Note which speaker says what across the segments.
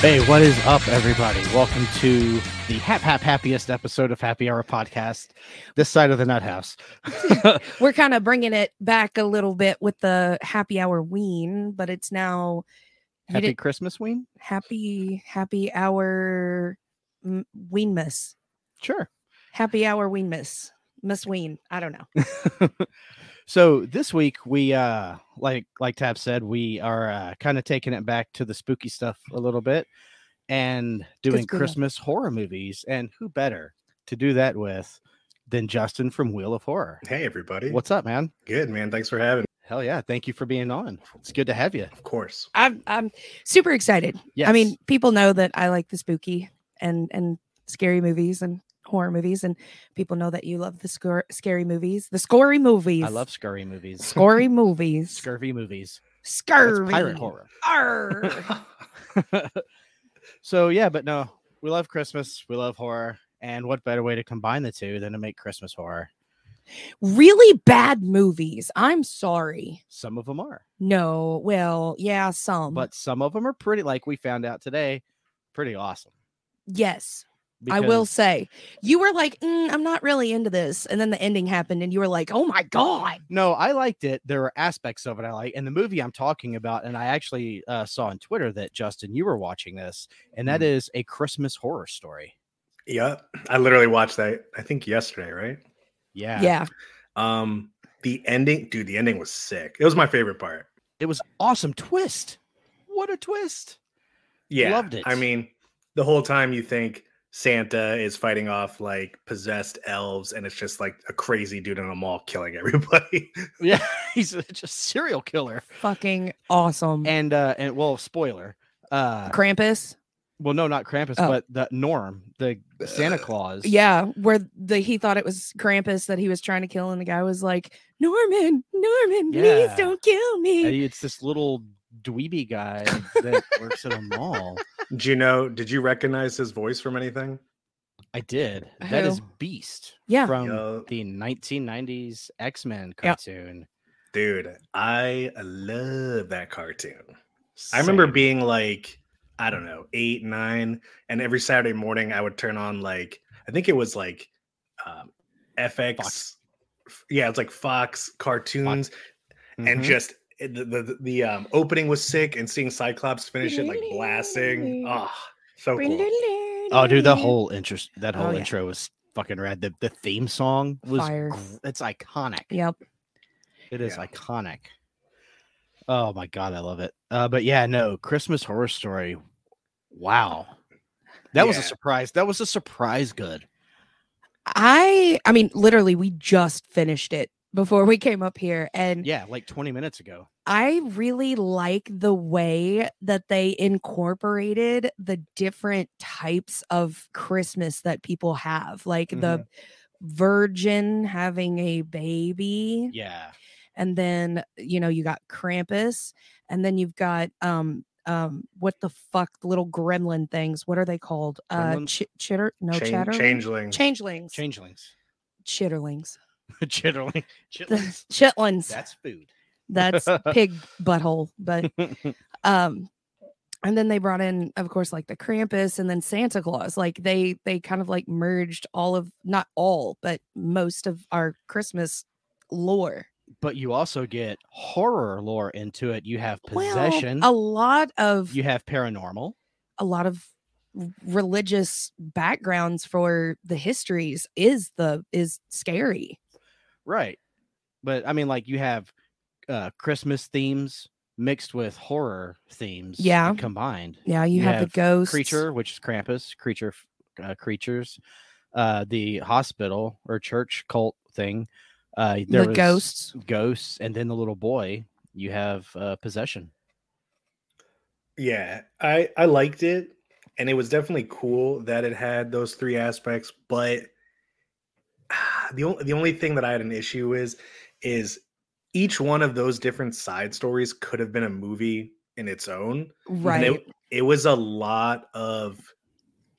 Speaker 1: Hey, what is up, everybody? Welcome to the hap hap happiest episode of Happy Hour Podcast, this side of the nut house.
Speaker 2: We're kind of bringing it back a little bit with the happy hour ween, but it's now you
Speaker 1: Happy
Speaker 2: didn't-
Speaker 1: Christmas, Ween?
Speaker 2: happy happy hour m- ween miss.
Speaker 1: Sure.
Speaker 2: Happy hour ween miss. Miss Ween. I don't know.
Speaker 1: so this week we uh like like Tab said, we are uh, kind of taking it back to the spooky stuff a little bit and doing
Speaker 2: we love-
Speaker 1: Christmas horror movies. And who better to do that with than Justin from Wheel of Horror?
Speaker 3: Hey everybody.
Speaker 1: What's up, man?
Speaker 3: good, man? Thanks for having me.
Speaker 1: Hell yeah. Thank you for being on. It's good to have you.
Speaker 3: Of course.
Speaker 2: I'm I'm super excited.
Speaker 1: Yes.
Speaker 2: I mean, people know that I like the spooky and and scary movies and horror movies, and people know that you love the scar- scary movies, the scary movies.
Speaker 1: I love scurry movies.
Speaker 2: scary movies.
Speaker 1: scurvy movies. That's
Speaker 2: Scurvy.
Speaker 1: pirate horror.
Speaker 2: Arr.
Speaker 1: so yeah, but no, we love Christmas. We love horror. And what better way to combine the two than to make Christmas horror?
Speaker 2: really bad movies. I'm sorry.
Speaker 1: Some of them are,
Speaker 2: No, well, yeah, some.
Speaker 1: but some of them are pretty, like we found out today, pretty awesome.
Speaker 2: yes, I will
Speaker 1: because-
Speaker 2: say you were like, "Mm, I'm not really into this, and then the ending happened, and you were like, Oh my god,
Speaker 1: No, I liked it. There were aspects of it I like. And the movie I'm talking about, and I actually uh, saw on Twitter that Justin, you were watching this, and that
Speaker 2: Mm.
Speaker 3: Mhm.
Speaker 1: is a Christmas horror story.
Speaker 3: Yep. I literally watched that I think yesterday, right?
Speaker 1: Yeah.
Speaker 2: yeah,
Speaker 3: Um the ending, dude, the ending was sick. It was my favorite part.
Speaker 1: It was awesome twist. What a twist.
Speaker 3: Yeah.
Speaker 1: Loved it.
Speaker 3: I mean, the whole time you think Santa is fighting off like possessed elves and it's just like a crazy dude in a mall killing everybody.
Speaker 1: Yeah. He's a- just serial killer.
Speaker 2: fucking awesome."
Speaker 1: and uh and well spoiler uh
Speaker 2: Krampus,
Speaker 1: well no not krampus
Speaker 2: Oh. Uh,
Speaker 1: but the norm the santa claus
Speaker 2: yeah, where the he thought it was Krampus that he was trying to kill, and the guy was like, "Norman, Norman,
Speaker 1: Yeah.
Speaker 2: please don't kill
Speaker 1: and
Speaker 2: me."
Speaker 1: Uh, it's this little dweeby guy that works at a mall
Speaker 3: Do you know, did you recognize his voice from anything?
Speaker 1: i did that is
Speaker 2: Who?
Speaker 1: beast
Speaker 2: Yeah.
Speaker 1: from
Speaker 3: Yo.
Speaker 1: Um, the 1990s x-men
Speaker 2: Yeah.
Speaker 1: cartoon
Speaker 3: Dude, I love that cartoon. I remember
Speaker 1: Same.
Speaker 3: being like, I don't know, eight, nine, and every Saturday morning I would turn on like, I think it was like um, FX.
Speaker 1: Fox.
Speaker 3: f- Yeah, it's like Fox cartoons, and
Speaker 1: Mhm.
Speaker 3: just it- the the, the um, opening was sick, and seeing Cyclops finish it like blasting. Ah, so cool.
Speaker 1: oh dude that whole interest that
Speaker 2: Oh,
Speaker 1: whole
Speaker 2: yeah.
Speaker 1: intro was fucking rad the, the theme song was
Speaker 2: Fire.
Speaker 1: gr- it's iconic
Speaker 2: Yep.
Speaker 1: It is
Speaker 3: Yeah.
Speaker 1: iconic. Oh my god, I love it. Uh, but yeah, no, Christmas Horror Story. Wow, that was a
Speaker 3: Yeah.
Speaker 1: surprise. That was a surprise. Good.
Speaker 2: I I mean literally we just finished it before we came up here and
Speaker 1: Yeah, like twenty minutes ago.
Speaker 2: I really like the way that they incorporated the different types of Christmas that people have like the virgin having a baby
Speaker 1: Yeah,
Speaker 2: and then you know you got Krampus and then you've got um um what the fuck little gremlin things what are they called uh
Speaker 1: Gremlins?
Speaker 2: ch- chitter no
Speaker 3: Chan-
Speaker 2: chatter
Speaker 3: changeling.
Speaker 2: changelings
Speaker 1: changelings,
Speaker 2: chitterlings
Speaker 1: chitterling, chitlins.
Speaker 2: chitlins
Speaker 1: That's food.
Speaker 2: that's pig butthole but um and then they brought in of course like the krampus and then santa claus like they they kind of like merged all of not all but most of our christmas lore
Speaker 1: but you also get horror lore into it. You have
Speaker 2: Well,
Speaker 1: possession.
Speaker 2: a lot of
Speaker 1: you have paranormal.
Speaker 2: a lot of r- religious backgrounds for the histories is the is scary
Speaker 1: Right. But I mean, like you have uh Christmas themes mixed with horror themes. like,
Speaker 2: Yeah.
Speaker 1: Combined.
Speaker 2: yeah you,
Speaker 1: You
Speaker 2: have,
Speaker 1: have
Speaker 2: the ghost
Speaker 1: Creature, which is Krampus, creature f- uh, creatures, uh the hospital or church cult thing. Uh there
Speaker 2: the
Speaker 1: was
Speaker 2: ghosts
Speaker 1: Ghosts, and then the little boy. You have uh possession.
Speaker 3: Yeah, I I liked it, and it was definitely cool that it had those three aspects. But ah, the only the only thing that I had an issue is is each one of those different side stories could have been a movie in its own.
Speaker 2: right
Speaker 3: And it, it was a lot of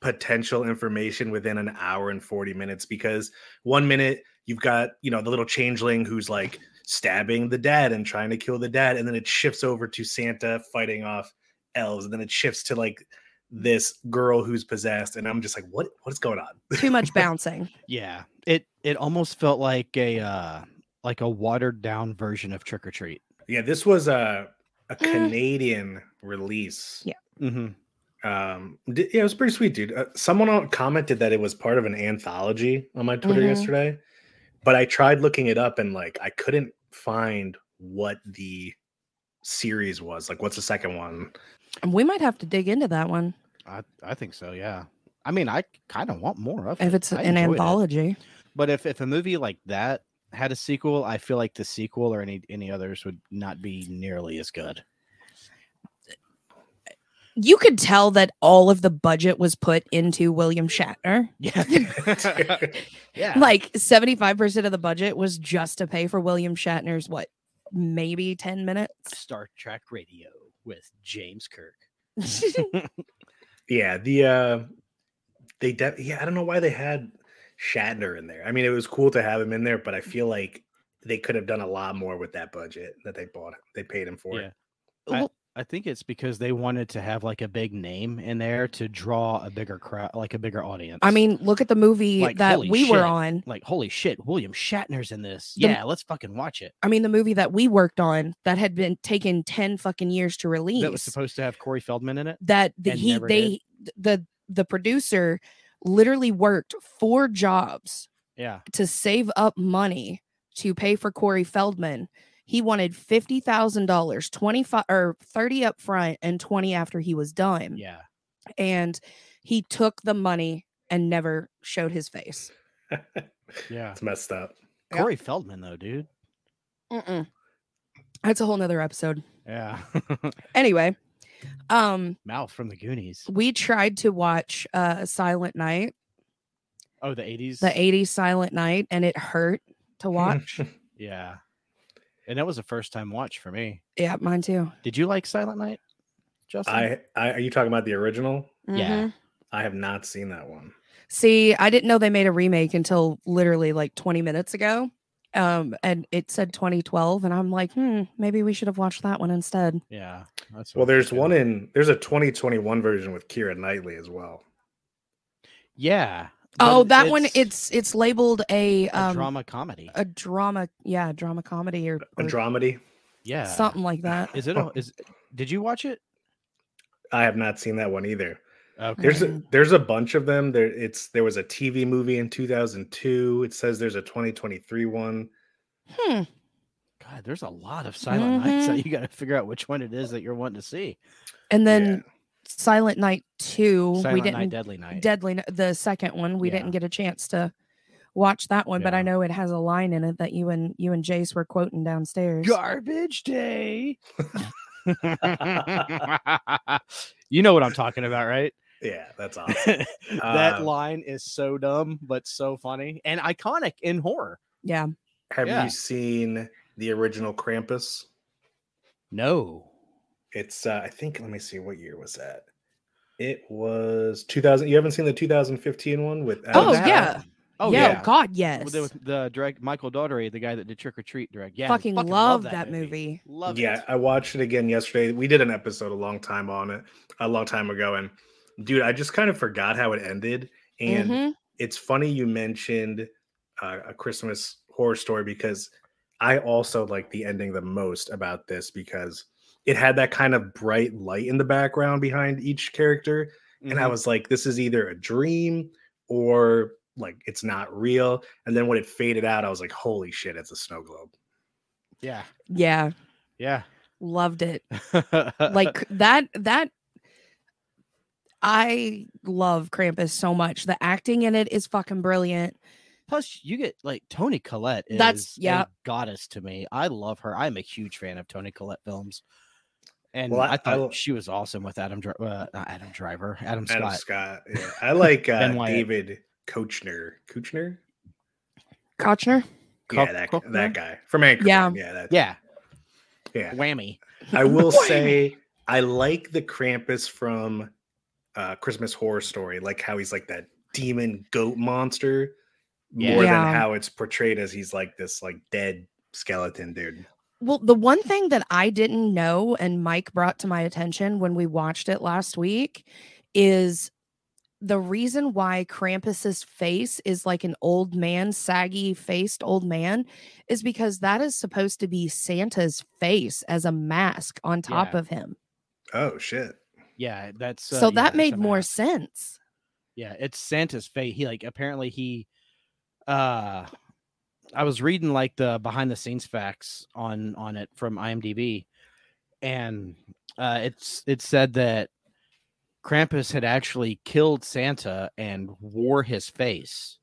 Speaker 3: potential information within an hour and 40 minutes because one minute you've got, you know, the little changeling who's like stabbing the dad and trying to kill the dad. And then it shifts over to Santa fighting off elves. And then it shifts to like this girl who's possessed, and I'm just like, what what's going on?
Speaker 2: Too much bouncing.
Speaker 1: Yeah. It it almost felt like a uh like a watered down version of Trick or Treat.
Speaker 3: Yeah, this was a a
Speaker 2: Mm.
Speaker 3: Canadian release.
Speaker 1: Mm-hmm.
Speaker 3: Um, di- yeah, it was pretty sweet, dude. Uh, someone on- commented that it was part of an anthology on my Twitter
Speaker 2: Mhm.
Speaker 3: yesterday, but I tried looking it up and like I couldn't find what the series was. Like, what's the second one?
Speaker 2: We might have to dig into that one
Speaker 1: I I think so. Yeah. I mean, I kind of want more of it.
Speaker 2: if it's
Speaker 1: I enjoyed
Speaker 2: an
Speaker 1: it.
Speaker 2: anthology.
Speaker 1: But if if a movie like that had a sequel, I feel like the sequel or any any others would not be nearly as good.
Speaker 2: You could tell that all of the budget was put into William Shatner.
Speaker 1: Yeah. yeah.
Speaker 2: Like 75% of the budget was just to pay for William Shatner's what? Maybe 10 minutes.
Speaker 1: Star Trek Radio with James Kirk.
Speaker 3: yeah, the uh, they de- yeah, I don't know why they had Shatner in there. I mean, it was cool to have him in there, but I feel like they could have done a lot more with that budget that they bought. They paid him for
Speaker 1: Yeah.
Speaker 3: it.
Speaker 2: Well,
Speaker 1: I think it's because they wanted to have like a big name in there to draw a bigger crowd, like a bigger audience.
Speaker 2: I mean, look at the movie
Speaker 1: Like,
Speaker 2: that
Speaker 1: holy
Speaker 2: we were
Speaker 1: shit.
Speaker 2: on.
Speaker 1: like holy shit, William Shatner's in this.
Speaker 2: The-
Speaker 1: yeah, let's fucking watch it.
Speaker 2: I mean, the movie that we worked on that had been taken 10 fucking years to release.
Speaker 1: That was supposed to have Corey Feldman in it.
Speaker 2: that the,
Speaker 1: and
Speaker 2: he
Speaker 1: never
Speaker 2: they
Speaker 1: did.
Speaker 2: the the producer literally worked four jobs
Speaker 1: Yeah,
Speaker 2: to save up money to pay for Corey Feldman. He wanted fifty thousand dollars, twenty five or thirty up front and twenty after he was done.
Speaker 1: yeah.
Speaker 2: And he took the money and never showed his face.
Speaker 1: Yeah.
Speaker 3: It's messed up.
Speaker 2: Yeah.
Speaker 1: Corey Feldman though, dude.
Speaker 2: Mm-mm. That's a whole nother episode.
Speaker 1: Yeah.
Speaker 2: Anyway, um,
Speaker 1: Mouth from the Goonies.
Speaker 2: we tried to watch uh Silent Night,
Speaker 1: Oh, the 80s.
Speaker 2: the '80s Silent Night, and it hurt to watch.
Speaker 1: Yeah. And that was a first time watch for me.
Speaker 2: Yeah, mine too.
Speaker 1: Did you like Silent Night? Justin?
Speaker 3: I, I are you talking about the original?
Speaker 1: Yeah.
Speaker 2: Mhm.
Speaker 3: I have not seen that one.
Speaker 2: See, I didn't know they made a remake until literally like 20 minutes ago. Um, and it said 2012, and I'm like, hmm, maybe we should have watched that one instead.
Speaker 1: Yeah. That's
Speaker 3: Well,
Speaker 1: what I'm
Speaker 3: there's
Speaker 1: thinking.
Speaker 3: one in there's a 2021 version with Kira Knightley as well.
Speaker 1: Yeah.
Speaker 2: Oh,
Speaker 1: but
Speaker 2: that one it's it's labeled a
Speaker 1: a
Speaker 2: um
Speaker 1: drama comedy.
Speaker 2: a drama, yeah, drama comedy or, or
Speaker 3: A dramedy.
Speaker 1: yeah.
Speaker 2: something like that.
Speaker 1: Is it a, is did you watch it?
Speaker 3: I have not seen that one either.
Speaker 1: Okay.
Speaker 3: There's a,
Speaker 2: Mhm.
Speaker 3: there's a bunch of them. There it's there was a TV movie in 2002. It says there's a 2023 one.
Speaker 2: Hmm.
Speaker 1: God, there's a lot of Silent Nights that
Speaker 2: Mhm.
Speaker 1: you got to figure out which one it is that you're wanting to see.
Speaker 2: And then
Speaker 3: Yeah.
Speaker 2: Silent Night 2,
Speaker 1: Silent
Speaker 2: we didn't
Speaker 1: Night, Deadly Night.
Speaker 2: Deadly Kn- the second one, we
Speaker 1: Yeah.
Speaker 2: didn't get a chance to watch that one, but I
Speaker 1: Yeah.
Speaker 2: know it has a line in it that you and you and Jace were quoting downstairs.
Speaker 1: Garbage Day. you know what I'm talking about, right?
Speaker 3: Yeah, that's awesome.
Speaker 1: that
Speaker 3: Um,
Speaker 1: line is so dumb but so funny and iconic in horror.
Speaker 2: Yeah.
Speaker 3: have
Speaker 1: Yeah.
Speaker 3: you seen the original Krampus?
Speaker 1: No.
Speaker 3: It's uh, I think let me see what year was that? It was 2000. You haven't seen the 2015 one with Adam
Speaker 2: Oh
Speaker 1: that-
Speaker 3: Sandler?
Speaker 2: yeah.
Speaker 1: Oh
Speaker 2: Yo,
Speaker 1: yeah. Well,
Speaker 2: God, yes.
Speaker 1: there was the direct Michael Daugherty, the guy that did Trick or Treat direct. Yeah,
Speaker 2: fucking,
Speaker 1: loved
Speaker 2: love that movie.
Speaker 1: Love
Speaker 3: yeah,
Speaker 1: it.
Speaker 3: I watched it again yesterday. We did an episode a long time on it, a long time ago, and dude, I just kind of forgot how it ended. And
Speaker 1: Mm-hmm.
Speaker 2: Mhm.
Speaker 3: it's funny you mentioned uh, a Christmas horror story because I also like the ending the most about this because it had that kind of bright light in the background behind each character, and I
Speaker 1: Mhm.
Speaker 3: was like, this is either a dream or like it's not real. And then when it faded out, I was like, holy shit, it's a snow globe.
Speaker 1: yeah,
Speaker 2: Yeah,
Speaker 1: yeah.
Speaker 2: loved it. Like that that I love Krampus so much. The acting in it is fucking brilliant.
Speaker 1: plus you get like Tony Collette is
Speaker 2: That's-
Speaker 1: a
Speaker 2: yeah.
Speaker 1: goddess to me. I love her. I'm a huge fan of Tony Collette films, and
Speaker 3: Well, I-
Speaker 1: I, thought
Speaker 3: I'll-
Speaker 1: she was awesome with Adam Dri- uh, not Adam Driver, Adam Scott.
Speaker 3: Adam Scott. yeah. I like uh,
Speaker 1: Ben Wyatt.
Speaker 3: David Kochner. Kochner?
Speaker 2: Kochner?
Speaker 1: Koch-
Speaker 3: yeah, that,
Speaker 1: Kochner?
Speaker 3: that guy from Anchorman.
Speaker 2: Yeah.
Speaker 3: Yeah, yeah, that,
Speaker 1: Yeah,
Speaker 3: yeah.
Speaker 1: whammy.
Speaker 3: I will
Speaker 2: Whammy.
Speaker 3: say I like the Krampus from uh, Christmas Horror Story, like how he's like that demon goat monster,
Speaker 1: Yeah.
Speaker 3: more
Speaker 2: Yeah.
Speaker 3: than how it's portrayed as he's like this like dead skeleton dude.
Speaker 2: Well, the one thing that I didn't know and Mike brought to my attention when we watched it last week is the reason why Krampus's face is like an old man, saggy faced old man, is because that is supposed to be Santa's face as a mask on top
Speaker 1: Yeah.
Speaker 2: of him.
Speaker 3: Oh shit.
Speaker 1: Yeah, that's uh,
Speaker 2: so
Speaker 1: yeah,
Speaker 2: that
Speaker 1: it's
Speaker 2: made
Speaker 1: a
Speaker 2: more
Speaker 1: mask.
Speaker 2: sense.
Speaker 1: Yeah, it's Santa's face. He like apparently he uh I was reading like the behind the scenes facts on on it from IMDb and uh it's it said that Krampus had actually killed Santa and wore his face.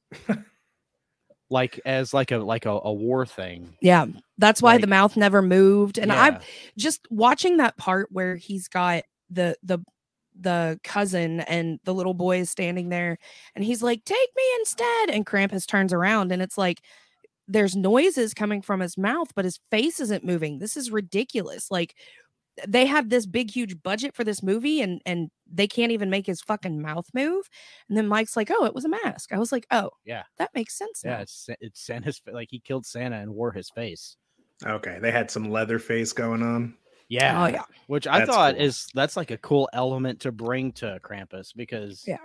Speaker 1: like as like a like a, a war thing.
Speaker 2: Yeah. That's why the
Speaker 1: Like-
Speaker 2: mouth never moved. And I
Speaker 1: Yeah,
Speaker 2: just watching that part where he's got the the the cousin and the little boy is standing there and he's like take me instead and krampus turns around and it's like there's noises coming from his mouth but his face isn't moving this is ridiculous like they had this big huge budget for this movie and and they can't even make his fucking mouth move and then mike's like oh it was a mask i was like oh
Speaker 1: Yeah.
Speaker 2: that makes sense now.
Speaker 1: yeah, it's Sa- it's Santa's fa- like he killed Santa and wore his face.
Speaker 3: Okay, they had some leather face going on.
Speaker 1: Yeah.
Speaker 2: oh yeah
Speaker 1: which I
Speaker 3: That's
Speaker 1: thought
Speaker 3: cool.
Speaker 1: is that's like a cool element to bring to Krampus because
Speaker 2: Yeah.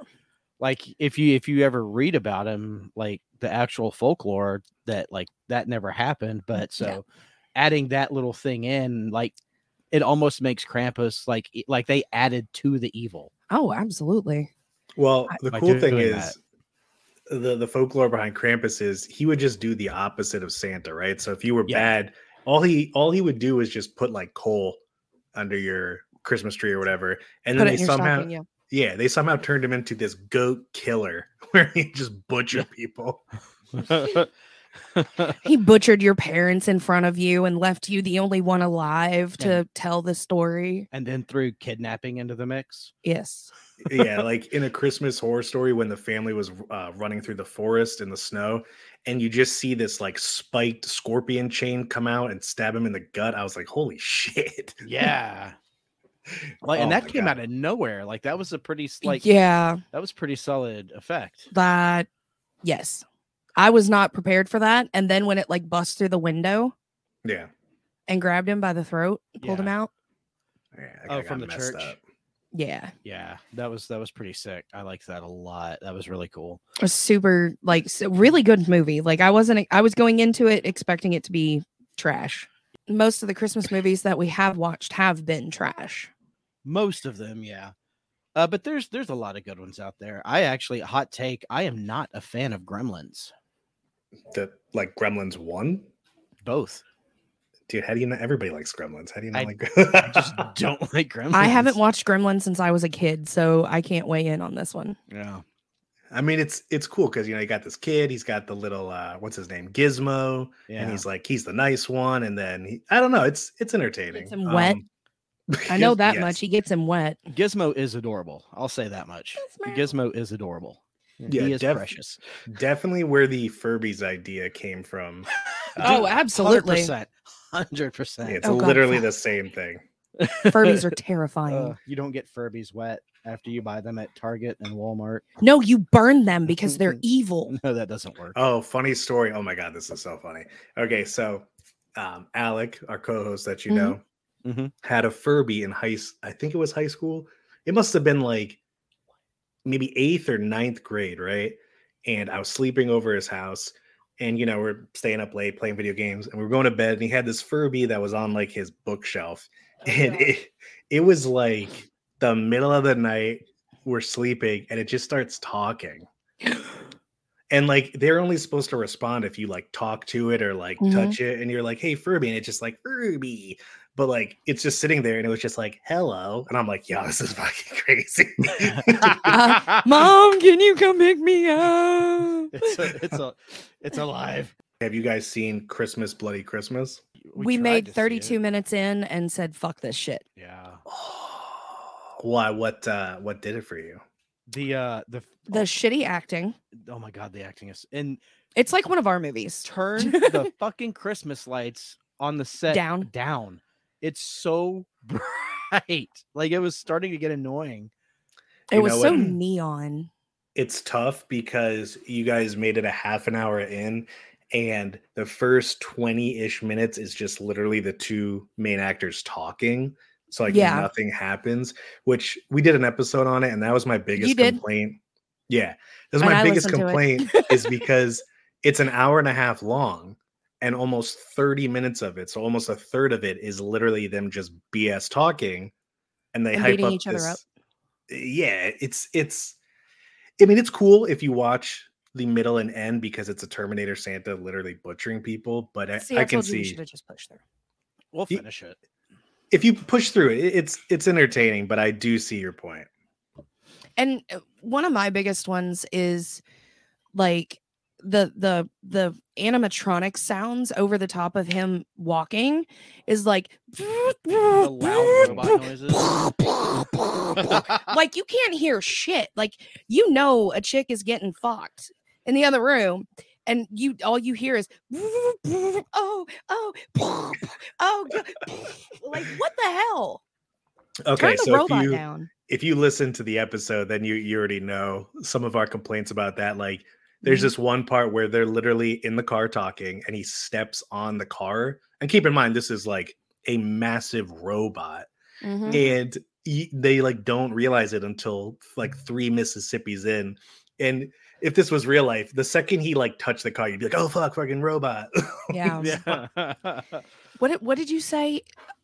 Speaker 1: like if you if you ever read about him, like the actual folklore that like that never happened, but so
Speaker 2: Mm, Yeah.
Speaker 1: adding that little thing in, like it almost makes Krampus like e- like they added to the evil.
Speaker 2: oh absolutely
Speaker 3: Well,
Speaker 2: I-
Speaker 3: the
Speaker 1: By
Speaker 3: cool thing
Speaker 1: doing
Speaker 3: is the the folklore behind Krampus is he would just do the opposite of Santa, right? So if you were
Speaker 1: Yeah.
Speaker 3: bad, all he all he would do is just put like coal under your Christmas tree or whatever, and
Speaker 2: put
Speaker 3: then
Speaker 2: it
Speaker 3: they
Speaker 2: in your
Speaker 3: somehow
Speaker 2: stocking yeah
Speaker 3: yeah they somehow turned him into this goat killer where he just butchered people.
Speaker 2: he butchered your parents in front of you and left you the only one alive to
Speaker 1: Yeah.
Speaker 2: tell the story.
Speaker 1: and then threw kidnapping into the mix.
Speaker 2: Yes.
Speaker 3: yeah, like in a Christmas horror story when the family was uh, running through the forest in the snow, and you just see this like spiked scorpion chain come out and stab him in the gut. I was like, holy shit!
Speaker 1: Yeah. Like
Speaker 3: Oh
Speaker 1: and that
Speaker 3: my
Speaker 1: came
Speaker 3: God.
Speaker 1: out of nowhere. Like that was a pretty s- like
Speaker 2: yeah,
Speaker 1: that was pretty solid effect.
Speaker 2: that yes. I was not prepared for that and then when it like bust through the window
Speaker 3: Yeah,
Speaker 2: and grabbed him by the throat, pulled him out.
Speaker 3: yeah
Speaker 1: Oh, from the church?
Speaker 2: Yeah.
Speaker 1: Yeah, that was that was pretty sick. I liked that a lot. That was really cool.
Speaker 2: A super like s- really good movie. Like I wasn't I was going into it expecting it to be trash. Most of the Christmas movies that we have watched have been trash.
Speaker 1: Most of them, yeah. Uh, but there's there's a lot of good ones out there. I actually hot take. I am not a fan of Gremlins.
Speaker 3: The like Gremlins one,
Speaker 1: Both.
Speaker 3: dude. How do you know everybody likes Gremlins? How do you not
Speaker 1: I-
Speaker 3: like?
Speaker 1: I just don't like Gremlins.
Speaker 2: I haven't watched Gremlin since I was a kid, so I can't weigh in on this one.
Speaker 1: Yeah.
Speaker 3: I mean, it's it's cool because you know you got this kid. He's got the little uh, what's his name, Gizmo,
Speaker 1: Yeah.
Speaker 3: and he's like he's the nice one. And then he, I don't know. It's it's entertaining.
Speaker 2: him wet. I know
Speaker 3: Giz-
Speaker 2: that
Speaker 3: yes.
Speaker 2: much. He gets him wet.
Speaker 1: Gizmo is adorable. I'll say that much. Gizmo is adorable.
Speaker 3: Yeah,
Speaker 1: he is
Speaker 3: def-
Speaker 1: precious.
Speaker 3: definitely where the Furby's idea came from.
Speaker 2: Oh, absolutely.
Speaker 1: Hundred
Speaker 3: Yeah,
Speaker 1: percent.
Speaker 3: it's
Speaker 2: Oh, God,
Speaker 3: literally
Speaker 2: fuck.
Speaker 3: the same thing.
Speaker 2: Furbies are terrifying.
Speaker 1: Uh, you don't get Furbies wet after you buy them at Target and Walmart.
Speaker 2: no, you burn them because they're evil.
Speaker 1: No, that doesn't work.
Speaker 3: Oh, funny story. Oh my god, this is so funny. Okay, so um Alec, our co-host that you
Speaker 2: Mhm.
Speaker 3: know,
Speaker 1: Mhm.
Speaker 3: had a Furby in high s- I think it was high school. It must have been like maybe 8th or ninth grade, right? And I was sleeping over his house and you know, we're staying up late playing video games and we were going to bed and he had this Furby that was on like his bookshelf and it, it was like the middle of the night we're sleeping and it just starts talking and like they're only supposed to respond if you like talk to it or like
Speaker 2: Mhm.
Speaker 3: touch it and you're like hey furby and it's just like furby but like it's just sitting there and it was just like hello and i'm like yo this is fucking crazy
Speaker 2: Uh, Mom, can you come pick me up?
Speaker 1: it's a, it's a, it's alive.
Speaker 3: have you guys seen christmas bloody christmas
Speaker 1: tried
Speaker 2: We,
Speaker 1: to
Speaker 2: made
Speaker 1: see
Speaker 2: 32
Speaker 1: it.
Speaker 2: minutes in and said, fuck this shit.
Speaker 1: Yeah.
Speaker 3: why what uh what did it for you
Speaker 1: The uh the f-
Speaker 2: The shitty acting.
Speaker 1: oh my god, the acting is and
Speaker 2: It's like one of our movies.
Speaker 1: turn the fucking Christmas lights on the set
Speaker 2: Down.
Speaker 1: Down. It's so bright. Like it was starting to get annoying.
Speaker 2: It
Speaker 3: You
Speaker 2: was
Speaker 3: know
Speaker 2: so
Speaker 3: what?
Speaker 2: neon.
Speaker 3: it's tough because you guys made it a half an hour in and the first 20-ish minutes is just literally the two main actors talking So like
Speaker 2: Yeah.
Speaker 3: nothing happens, which we did an episode on it, and that was my biggest
Speaker 2: did?
Speaker 3: complaint. Yeah. That's
Speaker 2: And
Speaker 3: my
Speaker 2: I
Speaker 3: biggest
Speaker 2: listened to it.
Speaker 3: complaint is because it's an hour and a half long and almost 30 minutes of it. So almost a third of it is literally them just BS talking and they
Speaker 2: And
Speaker 3: hype
Speaker 2: beating
Speaker 3: up
Speaker 2: each other
Speaker 3: this-
Speaker 2: up.
Speaker 3: Yeah, it's it's I mean it's cool if you watch the middle and end because it's a Terminator Santa literally butchering people, but I,
Speaker 2: See, I,
Speaker 3: I can
Speaker 2: told you we
Speaker 3: see
Speaker 2: should have just pushed through.
Speaker 1: We'll
Speaker 3: Ye-
Speaker 1: finish it.
Speaker 3: if you push through it, it- it's it's entertaining, but I do see your point.
Speaker 2: and uh, one of my biggest ones is like the the the animatronic sounds over the top of him walking is like
Speaker 1: The loud robot noises.
Speaker 2: like you can't hear shit like you know a chick is getting fucked in the other room and you all you hear is oh oh oh g- like what the hell
Speaker 3: Okay,
Speaker 2: turn the
Speaker 3: so if
Speaker 2: robot
Speaker 3: you
Speaker 2: down
Speaker 3: if you listen to the episode, then you you already know some of our complaints about that. Like there's
Speaker 2: Mm-hmm.
Speaker 3: this one part where they're literally in the car talking and he steps on the car. And keep in mind this is like a massive robot.
Speaker 2: Mhm.
Speaker 3: and y- they like don't realize it until like three Mississippi's in. And if this was real life, the second he like touched the car, you'd be like, "Oh fuck, fucking robot!"
Speaker 2: yeah
Speaker 1: yeah.
Speaker 2: what did, what did you say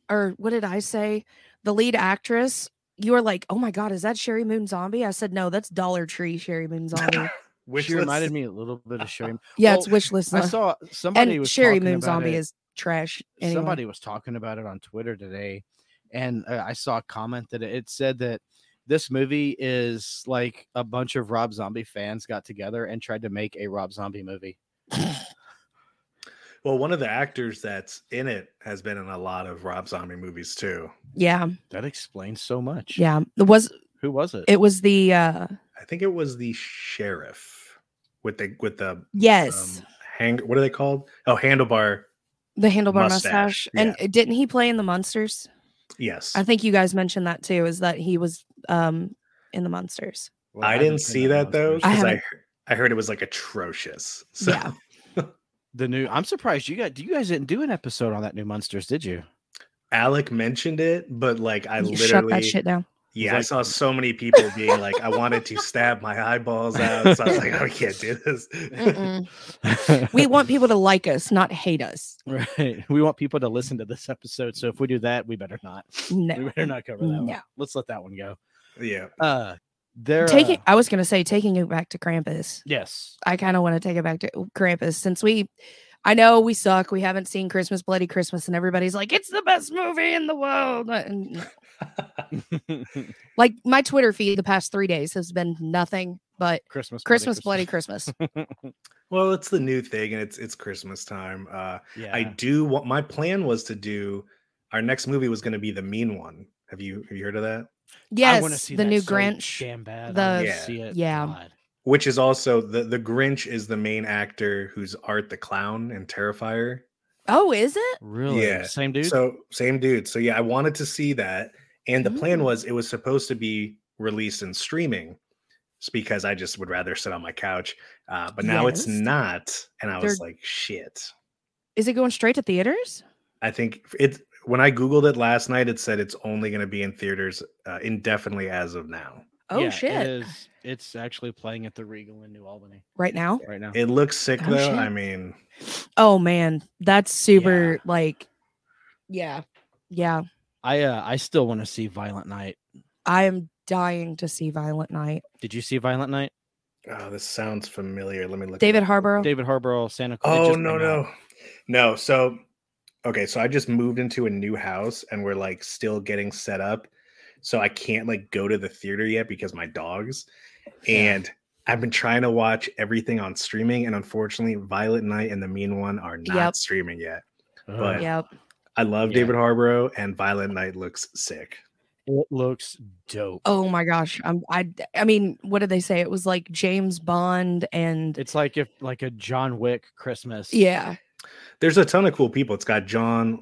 Speaker 2: or what did i say the lead actress you were like oh my god is that sherry moon zombie i said no that's dollar tree sherry moon zombie
Speaker 3: Which
Speaker 1: she reminded me a little bit of Sherry.
Speaker 2: yeah
Speaker 1: Well,
Speaker 2: it's wish list
Speaker 1: I
Speaker 2: now.
Speaker 1: saw somebody
Speaker 2: and
Speaker 1: was
Speaker 2: sherry
Speaker 1: talking
Speaker 2: moon
Speaker 1: about
Speaker 2: zombie
Speaker 1: it.
Speaker 2: is trash anyway.
Speaker 1: somebody was talking about it on Twitter today, and uh, I saw a comment that it said that this movie is like a bunch of Rob Zombie fans got together and tried to make a Rob Zombie movie.
Speaker 3: Well, one of the actors that's in it has been in a lot of Rob Zombie movies too.
Speaker 2: yeah
Speaker 1: That explains so much.
Speaker 2: yeah it was
Speaker 1: Who was it?
Speaker 2: it was the uh
Speaker 3: I think it was the sheriff with the with the
Speaker 2: yes
Speaker 3: um, hang. What are they called? Oh, handlebar.
Speaker 2: the handlebar
Speaker 3: mustache,
Speaker 2: mustache,
Speaker 3: yeah.
Speaker 2: and uh, didn't he play in the monsters
Speaker 3: Yes,
Speaker 2: i think you guys mentioned that too is that he was um in the monsters
Speaker 1: Well,
Speaker 3: I didn't see that though
Speaker 1: monster.
Speaker 2: I
Speaker 3: because I,
Speaker 2: haven't.
Speaker 3: heard- I heard it was like atrocious. So
Speaker 2: yeah
Speaker 1: the new. I'm surprised you got. You guys didn't do an episode on that new monsters, did you?
Speaker 3: Alec mentioned it, but like I
Speaker 2: you
Speaker 3: literally
Speaker 2: shut that shit down
Speaker 3: Yeah, I
Speaker 1: like-
Speaker 3: saw so many people being like, I wanted to stab my eyeballs out. So I was like, oh, we can't do this.
Speaker 2: Mm-mm. we want people to like us not hate us
Speaker 1: right. We want people to listen to this episode, so if we do that, we better not.
Speaker 2: No.
Speaker 1: We better not cover that. One.
Speaker 2: No.
Speaker 1: Let's let that one go.
Speaker 3: yeah.
Speaker 1: Uh, there.
Speaker 2: taking
Speaker 1: uh,
Speaker 2: i was going to say taking it back to krampus
Speaker 1: Yes.
Speaker 2: i kind of want to take it back to krampus since we i know we suck we haven't seen christmas bloody christmas and everybody's like it's the best movie in the world uh, and, no. like my twitter feed the past three days has been nothing but
Speaker 1: Christmas. Bloody
Speaker 2: christmas bloody christmas
Speaker 3: well, it's the new thing and it's it's Christmas time. Uh
Speaker 1: Yeah.
Speaker 3: I do what my plan was to do our next movie was gonna be the mean one. Have you have you heard of that?
Speaker 1: I wanna
Speaker 2: yes
Speaker 1: see
Speaker 2: the
Speaker 1: that
Speaker 2: new
Speaker 1: so
Speaker 2: grinch
Speaker 1: Damn bad.
Speaker 2: the-
Speaker 1: I wanna
Speaker 3: Yeah.
Speaker 1: see it.
Speaker 2: yeah.
Speaker 1: God.
Speaker 3: Which is also the the Grinch is the main actor who's Art the Clown and Terrifier.
Speaker 2: oh is it
Speaker 1: Really?
Speaker 3: Yeah.
Speaker 1: Same dude.
Speaker 3: So same dude. So yeah, I wanted to see that, and the plan
Speaker 2: Ooh.
Speaker 3: was it was supposed to be released in streaming, s- because I just would rather sit on my couch. Uh, but now it's
Speaker 2: Yes.
Speaker 3: not, and I was
Speaker 2: They're-
Speaker 3: like, shit.
Speaker 2: is it going straight to theaters
Speaker 3: I think f- it. When I googled it last night, it said it's only going to be in theaters uh, indefinitely as of now.
Speaker 2: oh
Speaker 1: Yeah, it
Speaker 2: shit
Speaker 1: is- it's actually playing at the Regal in New Albany
Speaker 2: right now
Speaker 1: right now.
Speaker 3: It looks sick
Speaker 2: Oh,
Speaker 3: though.
Speaker 2: shit.
Speaker 3: I mean,
Speaker 2: oh man that's super like yeah yeah
Speaker 1: I uh, I still want to see Violent Night.
Speaker 2: i am dying to see violent night
Speaker 1: Did you see Violent Night?
Speaker 3: oh, this sounds familiar. Let me look. it
Speaker 2: david
Speaker 3: up.
Speaker 2: harborough
Speaker 1: David Harbour, Santa. it
Speaker 3: Oh
Speaker 1: just
Speaker 3: no
Speaker 1: came out.
Speaker 3: no no. So okay, so I just moved into a new house and we're like still getting set up, so I can't like go to the theater yet because my dogs. And I've been trying to watch everything on streaming, and unfortunately, Violet Night and The Mean One are not
Speaker 2: Yep.
Speaker 3: streaming yet.
Speaker 1: Ugh,
Speaker 3: but-
Speaker 2: yep
Speaker 3: I love
Speaker 1: Yeah.
Speaker 3: David Harborough, and Violet Night looks sick.
Speaker 1: it looks dope.
Speaker 2: oh my gosh i'm i d- i mean what did they say it was like james bond and
Speaker 1: It's like if like a John Wick Christmas.
Speaker 2: yeah
Speaker 3: There's a ton of cool people. It's got John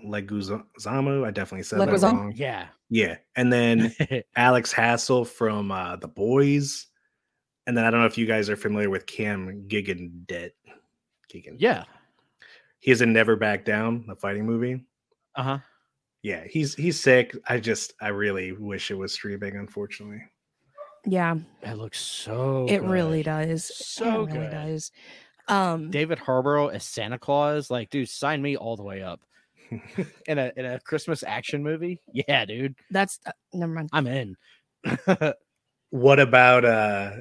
Speaker 3: Leguizamo. I definitely said that
Speaker 2: Leguizamo?
Speaker 3: wrong.
Speaker 1: Yeah.
Speaker 3: Yeah, and then Alex Hassel from uh, The Boys. And then I don't know if you guys are familiar with Cam Gigandet. Gigan.
Speaker 1: yeah.
Speaker 3: He is in Never Back Down, the fighting movie.
Speaker 1: Uh huh.
Speaker 3: yeah, he's he's sick. I just I really wish it was streaming. Unfortunately,
Speaker 2: Yeah,
Speaker 1: It looks so.
Speaker 2: it really
Speaker 1: good.
Speaker 2: does.
Speaker 1: So
Speaker 2: it really
Speaker 1: good.
Speaker 2: does. Um,
Speaker 1: David Harborough as Santa Claus, like, dude, sign me all the way up in a in a Christmas action movie. Yeah, dude,
Speaker 2: that's uh, never mind.
Speaker 1: I'm in.
Speaker 3: what about uh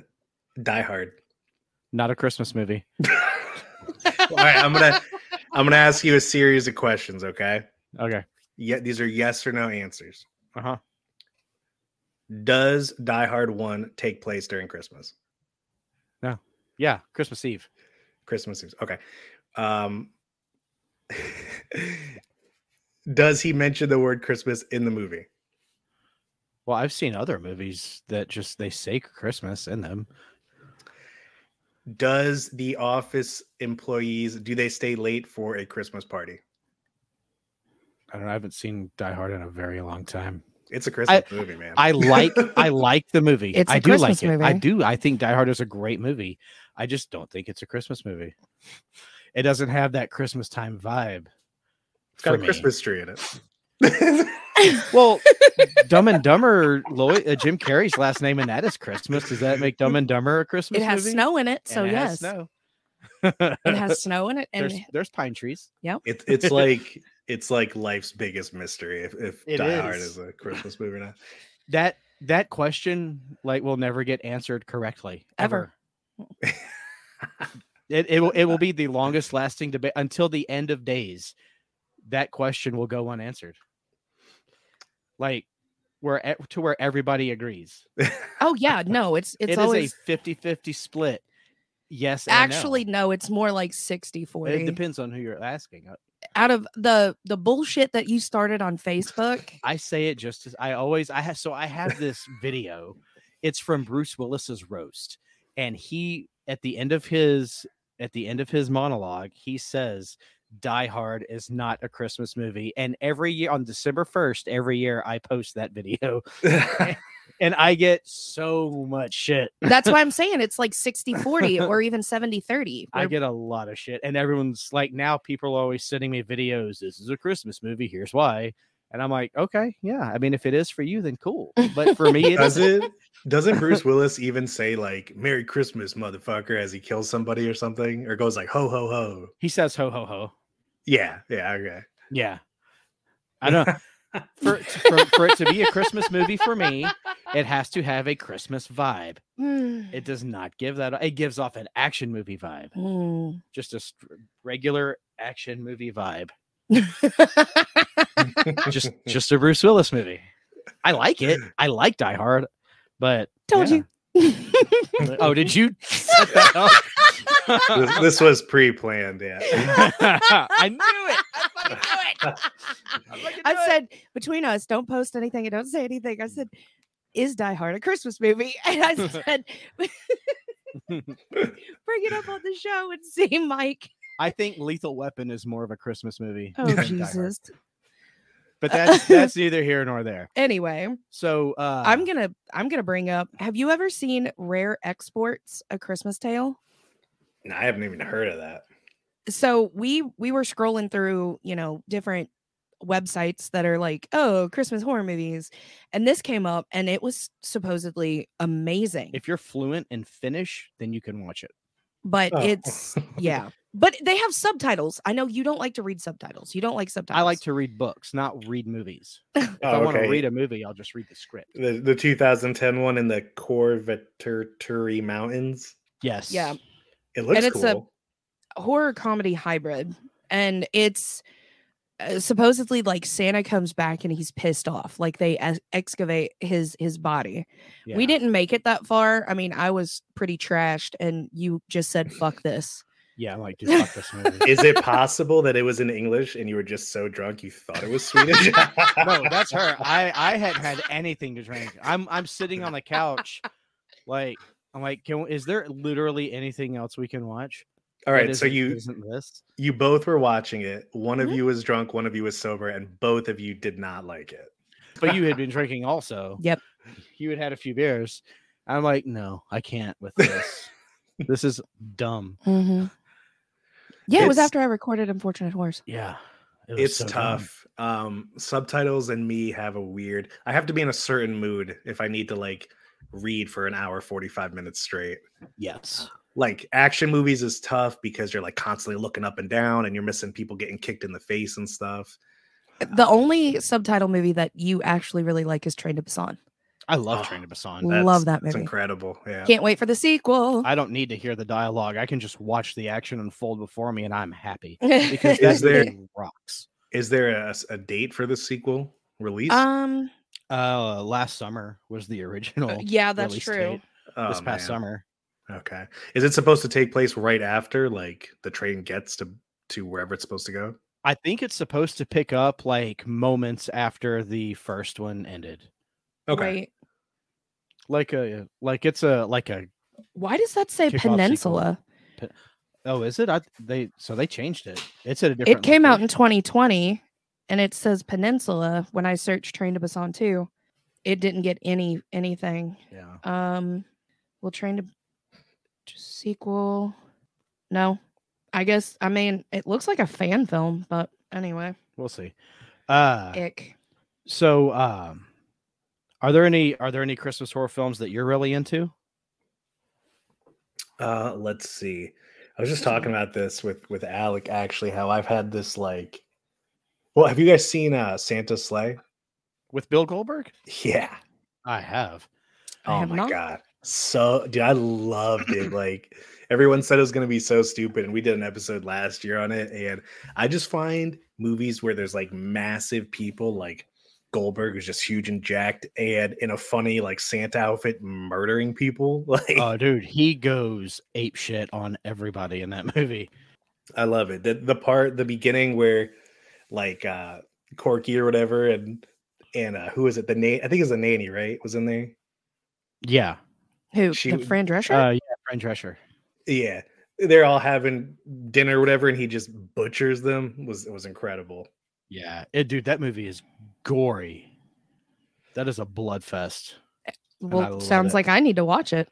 Speaker 3: Die Hard?
Speaker 1: Not a Christmas movie.
Speaker 3: All right, I'm gonna I'm gonna ask you a series of questions. Okay,
Speaker 1: Okay.
Speaker 3: yeah, these are yes or no answers.
Speaker 1: Uh huh.
Speaker 3: Does Die Hard One take place during Christmas?
Speaker 1: Yeah, Christmas Eve.
Speaker 3: Christmas Eve. Okay. Um, does he mention the word Christmas in the movie?
Speaker 1: Well, I've seen other movies that just they say Christmas in them.
Speaker 3: Does the office employees do they stay late for a Christmas party?
Speaker 1: I don't know. I haven't seen Die Hard in a very long time.
Speaker 3: It's a Christmas movie, man.
Speaker 1: I like I like the movie.
Speaker 2: It's
Speaker 1: I
Speaker 2: a
Speaker 1: do
Speaker 2: Christmas
Speaker 1: like it. I
Speaker 2: movie.
Speaker 1: do. I think Die Hard is a great movie. I just don't think it's a Christmas movie. It doesn't have that Christmas time vibe.
Speaker 3: it's got
Speaker 1: for
Speaker 3: a
Speaker 1: me.
Speaker 3: Christmas tree in it.
Speaker 1: Well, Dumb and Dumber, Lloyd, uh, Jim Carrey's last name, and that is Christmas. Does that make Dumb and Dumber a Christmas
Speaker 2: It has
Speaker 1: movie?
Speaker 2: snow in it,
Speaker 1: And
Speaker 2: so
Speaker 1: it
Speaker 2: yes,
Speaker 1: has snow.
Speaker 2: it has snow in it, and
Speaker 1: there's there's pine trees.
Speaker 3: It's it's like it's like life's biggest mystery if, if
Speaker 1: It
Speaker 3: Die Hard
Speaker 1: is.
Speaker 3: is a Christmas movie or not.
Speaker 1: That that question like will never get answered correctly ever.
Speaker 2: Ever.
Speaker 1: it, it will it will be the longest lasting debate until the end of days. That question will go unanswered. Like where e- to where everybody agrees.
Speaker 2: oh yeah, no, it's it's
Speaker 1: It's
Speaker 2: always
Speaker 1: a 50-50 split. Yes, and no.
Speaker 2: actually no. it's more like 60
Speaker 1: it
Speaker 2: 40
Speaker 1: depends on who you're asking.
Speaker 2: out of the the bullshit that you started on facebook
Speaker 1: I say it just as I always I have so I have this video. It's from Bruce Willis's roast and he at the end of his at the end of his monologue, he says Die Hard is not a Christmas movie and every year on December 1st every year I post that video and I get so much shit.
Speaker 2: that's why i'm saying it's like 60 40 or even 70 30
Speaker 1: I get a lot of shit and everyone's like now people are always sending me videos this is a Christmas movie, here's why. And I'm like, okay, yeah. I mean, if it is for you, then cool. But for me, it
Speaker 3: Does
Speaker 1: isn't.
Speaker 3: it doesn't Bruce Willis even say like Merry Christmas, motherfucker, as he kills somebody or something? Or goes like ho ho ho.
Speaker 1: He says ho ho ho.
Speaker 3: Yeah, yeah, okay.
Speaker 1: Yeah. I don't for, it- for for it to be a Christmas movie for me, it has to have a Christmas vibe.
Speaker 2: Mm,
Speaker 1: It does not give that it gives off an action movie vibe.
Speaker 2: mm.
Speaker 1: Just a str- regular action movie vibe. Just just a Bruce Willis movie. I like it. I like Die Hard, but
Speaker 2: told
Speaker 1: yeah.
Speaker 2: you
Speaker 1: Oh, did you set that up?
Speaker 3: this, this was pre-planned, yeah.
Speaker 1: I knew it.
Speaker 2: I fucking knew it.
Speaker 1: I fucking knew
Speaker 2: I
Speaker 1: it.
Speaker 2: said between us, don't post anything and don't say anything. I said, "Is Die Hard a Christmas movie?" And I said, "Bring it up on the show and see, Mike."
Speaker 1: I think Lethal Weapon is more of a Christmas movie.
Speaker 2: Oh
Speaker 1: than Die Hard.
Speaker 2: Jesus!
Speaker 1: But that's that's neither here nor there.
Speaker 2: Anyway,
Speaker 1: So uh
Speaker 2: I'm gonna I'm gonna bring up. Have you ever seen Rare Exports: A Christmas Tale?
Speaker 3: No, I haven't even heard of that.
Speaker 2: so we we were scrolling through you know different websites that are like oh christmas horror movies and this came up and it was supposedly amazing
Speaker 1: if you're fluent in Finnish, then you can watch it.
Speaker 2: but
Speaker 3: Oh.
Speaker 2: it's yeah but they have subtitles i know you don't like to read subtitles you don't like subtitles
Speaker 1: I like to read books, not read movies. If
Speaker 3: Oh,
Speaker 1: I want
Speaker 3: okay.
Speaker 1: to read a movie, I'll just read the script.
Speaker 3: the, the 2010 one in the Corveturi Mountains.
Speaker 1: Yes.
Speaker 3: It looks
Speaker 2: it's a-
Speaker 3: cool.
Speaker 2: horror comedy hybrid and it's uh, supposedly like santa comes back and he's pissed off like they ex- excavate his his body
Speaker 1: yeah.
Speaker 2: We didn't make it that far. I mean, I was pretty trashed, and you just said "fuck this."
Speaker 1: Yeah, I'm like, dude, fuck this movie.
Speaker 3: Is it possible that it was in English and you were just so drunk you thought it was Swedish?
Speaker 1: no, that's her. I I hadn't had anything to drink. I'm I'm sitting on the couch, like I'm like, can we- is there literally anything else we can watch?
Speaker 3: All
Speaker 1: that
Speaker 3: right, so
Speaker 1: isn't-
Speaker 3: you
Speaker 1: isn't this?
Speaker 3: you both were watching it. One of
Speaker 2: Mhm.
Speaker 3: you was drunk, one of you was sober, and both of you did not like it.
Speaker 1: But you had been drinking also.
Speaker 2: Yep.
Speaker 1: You had had a few beers. I'm like, no, I can't with this. this is dumb. Mm-hmm.
Speaker 2: Yeah, it was
Speaker 3: It's-
Speaker 2: after I recorded "Unfortunate Horse."
Speaker 1: Yeah. It was
Speaker 3: it's
Speaker 1: so dumb.
Speaker 3: tough. Um, subtitles and me have a weird. I have to be in a certain mood if I need to like read for an hour forty five minutes straight.
Speaker 1: Yes.
Speaker 3: Like action movies is tough because you're like constantly looking up and down and you're missing people getting kicked in the face and stuff.
Speaker 2: The only subtitle movie that you actually really like is Train to Busan.
Speaker 1: I love
Speaker 3: Oh,
Speaker 1: Train to Busan.
Speaker 2: Love that
Speaker 3: It's
Speaker 2: movie.
Speaker 3: incredible. Yeah.
Speaker 2: Can't wait for the sequel.
Speaker 1: I don't need to hear the dialogue. I can just watch the action unfold before me and I'm happy because
Speaker 2: because
Speaker 1: that
Speaker 3: Is there-
Speaker 1: thing rocks.
Speaker 3: Is there a, a date for the sequel release?
Speaker 2: um
Speaker 1: Uh, last summer was the original.
Speaker 2: Uh, yeah, that's
Speaker 1: release
Speaker 2: true.
Speaker 1: date,
Speaker 3: Oh,
Speaker 1: this past
Speaker 3: man.
Speaker 1: summer.
Speaker 3: Okay. Is it supposed to take place right after like the train gets to to wherever it's supposed to go?
Speaker 1: I think it's supposed to pick up like moments after the first one ended.
Speaker 3: Okay.
Speaker 2: Wait,
Speaker 1: Like a like it's a like a
Speaker 2: why does that say
Speaker 1: Kickoff sequel.
Speaker 2: Peninsula?
Speaker 1: oh is it I they so they changed it. It's at a different
Speaker 2: It came out in
Speaker 1: location.
Speaker 2: 2020 and it says Peninsula when I searched Train to Busan 2. It didn't get any anything.
Speaker 1: yeah.
Speaker 2: Um well Train to just sequel. No. I guess I mean it looks like a fan film, but anyway.
Speaker 1: We'll see. Uh
Speaker 2: Ick.
Speaker 1: so um are there any are there any Christmas horror films that you're really into?
Speaker 3: Uh let's see. I was just talking about this with with Alec actually how I've had this like Well, have you guys seen uh Santa Sleigh?
Speaker 1: With Bill Goldberg?
Speaker 3: Yeah.
Speaker 1: I have.
Speaker 2: I
Speaker 3: Oh
Speaker 2: have
Speaker 3: my
Speaker 2: not.
Speaker 3: god. So dude, I loved it. Like everyone said it was gonna be so stupid, and we did an episode last year on it. And I just find movies where there's like massive people like Goldberg who's just huge and jacked and in a funny like Santa outfit murdering people. Like
Speaker 1: Oh dude, he goes ape shit on everybody in that movie.
Speaker 3: I love it. The the part the beginning where like uh Corky or whatever and and uh who is it? The na- I think it's the nanny, right? Was in there.
Speaker 1: Yeah.
Speaker 2: Who?
Speaker 3: She
Speaker 2: the
Speaker 3: would-
Speaker 2: Fran Drescher?
Speaker 1: Uh yeah, Fran Drescher.
Speaker 3: yeah they're all having dinner or whatever and he just butchers them It was it was incredible
Speaker 1: Yeah. It, dude, that movie is gory. That is a blood fest. I
Speaker 2: well,
Speaker 1: love
Speaker 2: sounds
Speaker 1: it.
Speaker 2: like I need to watch it.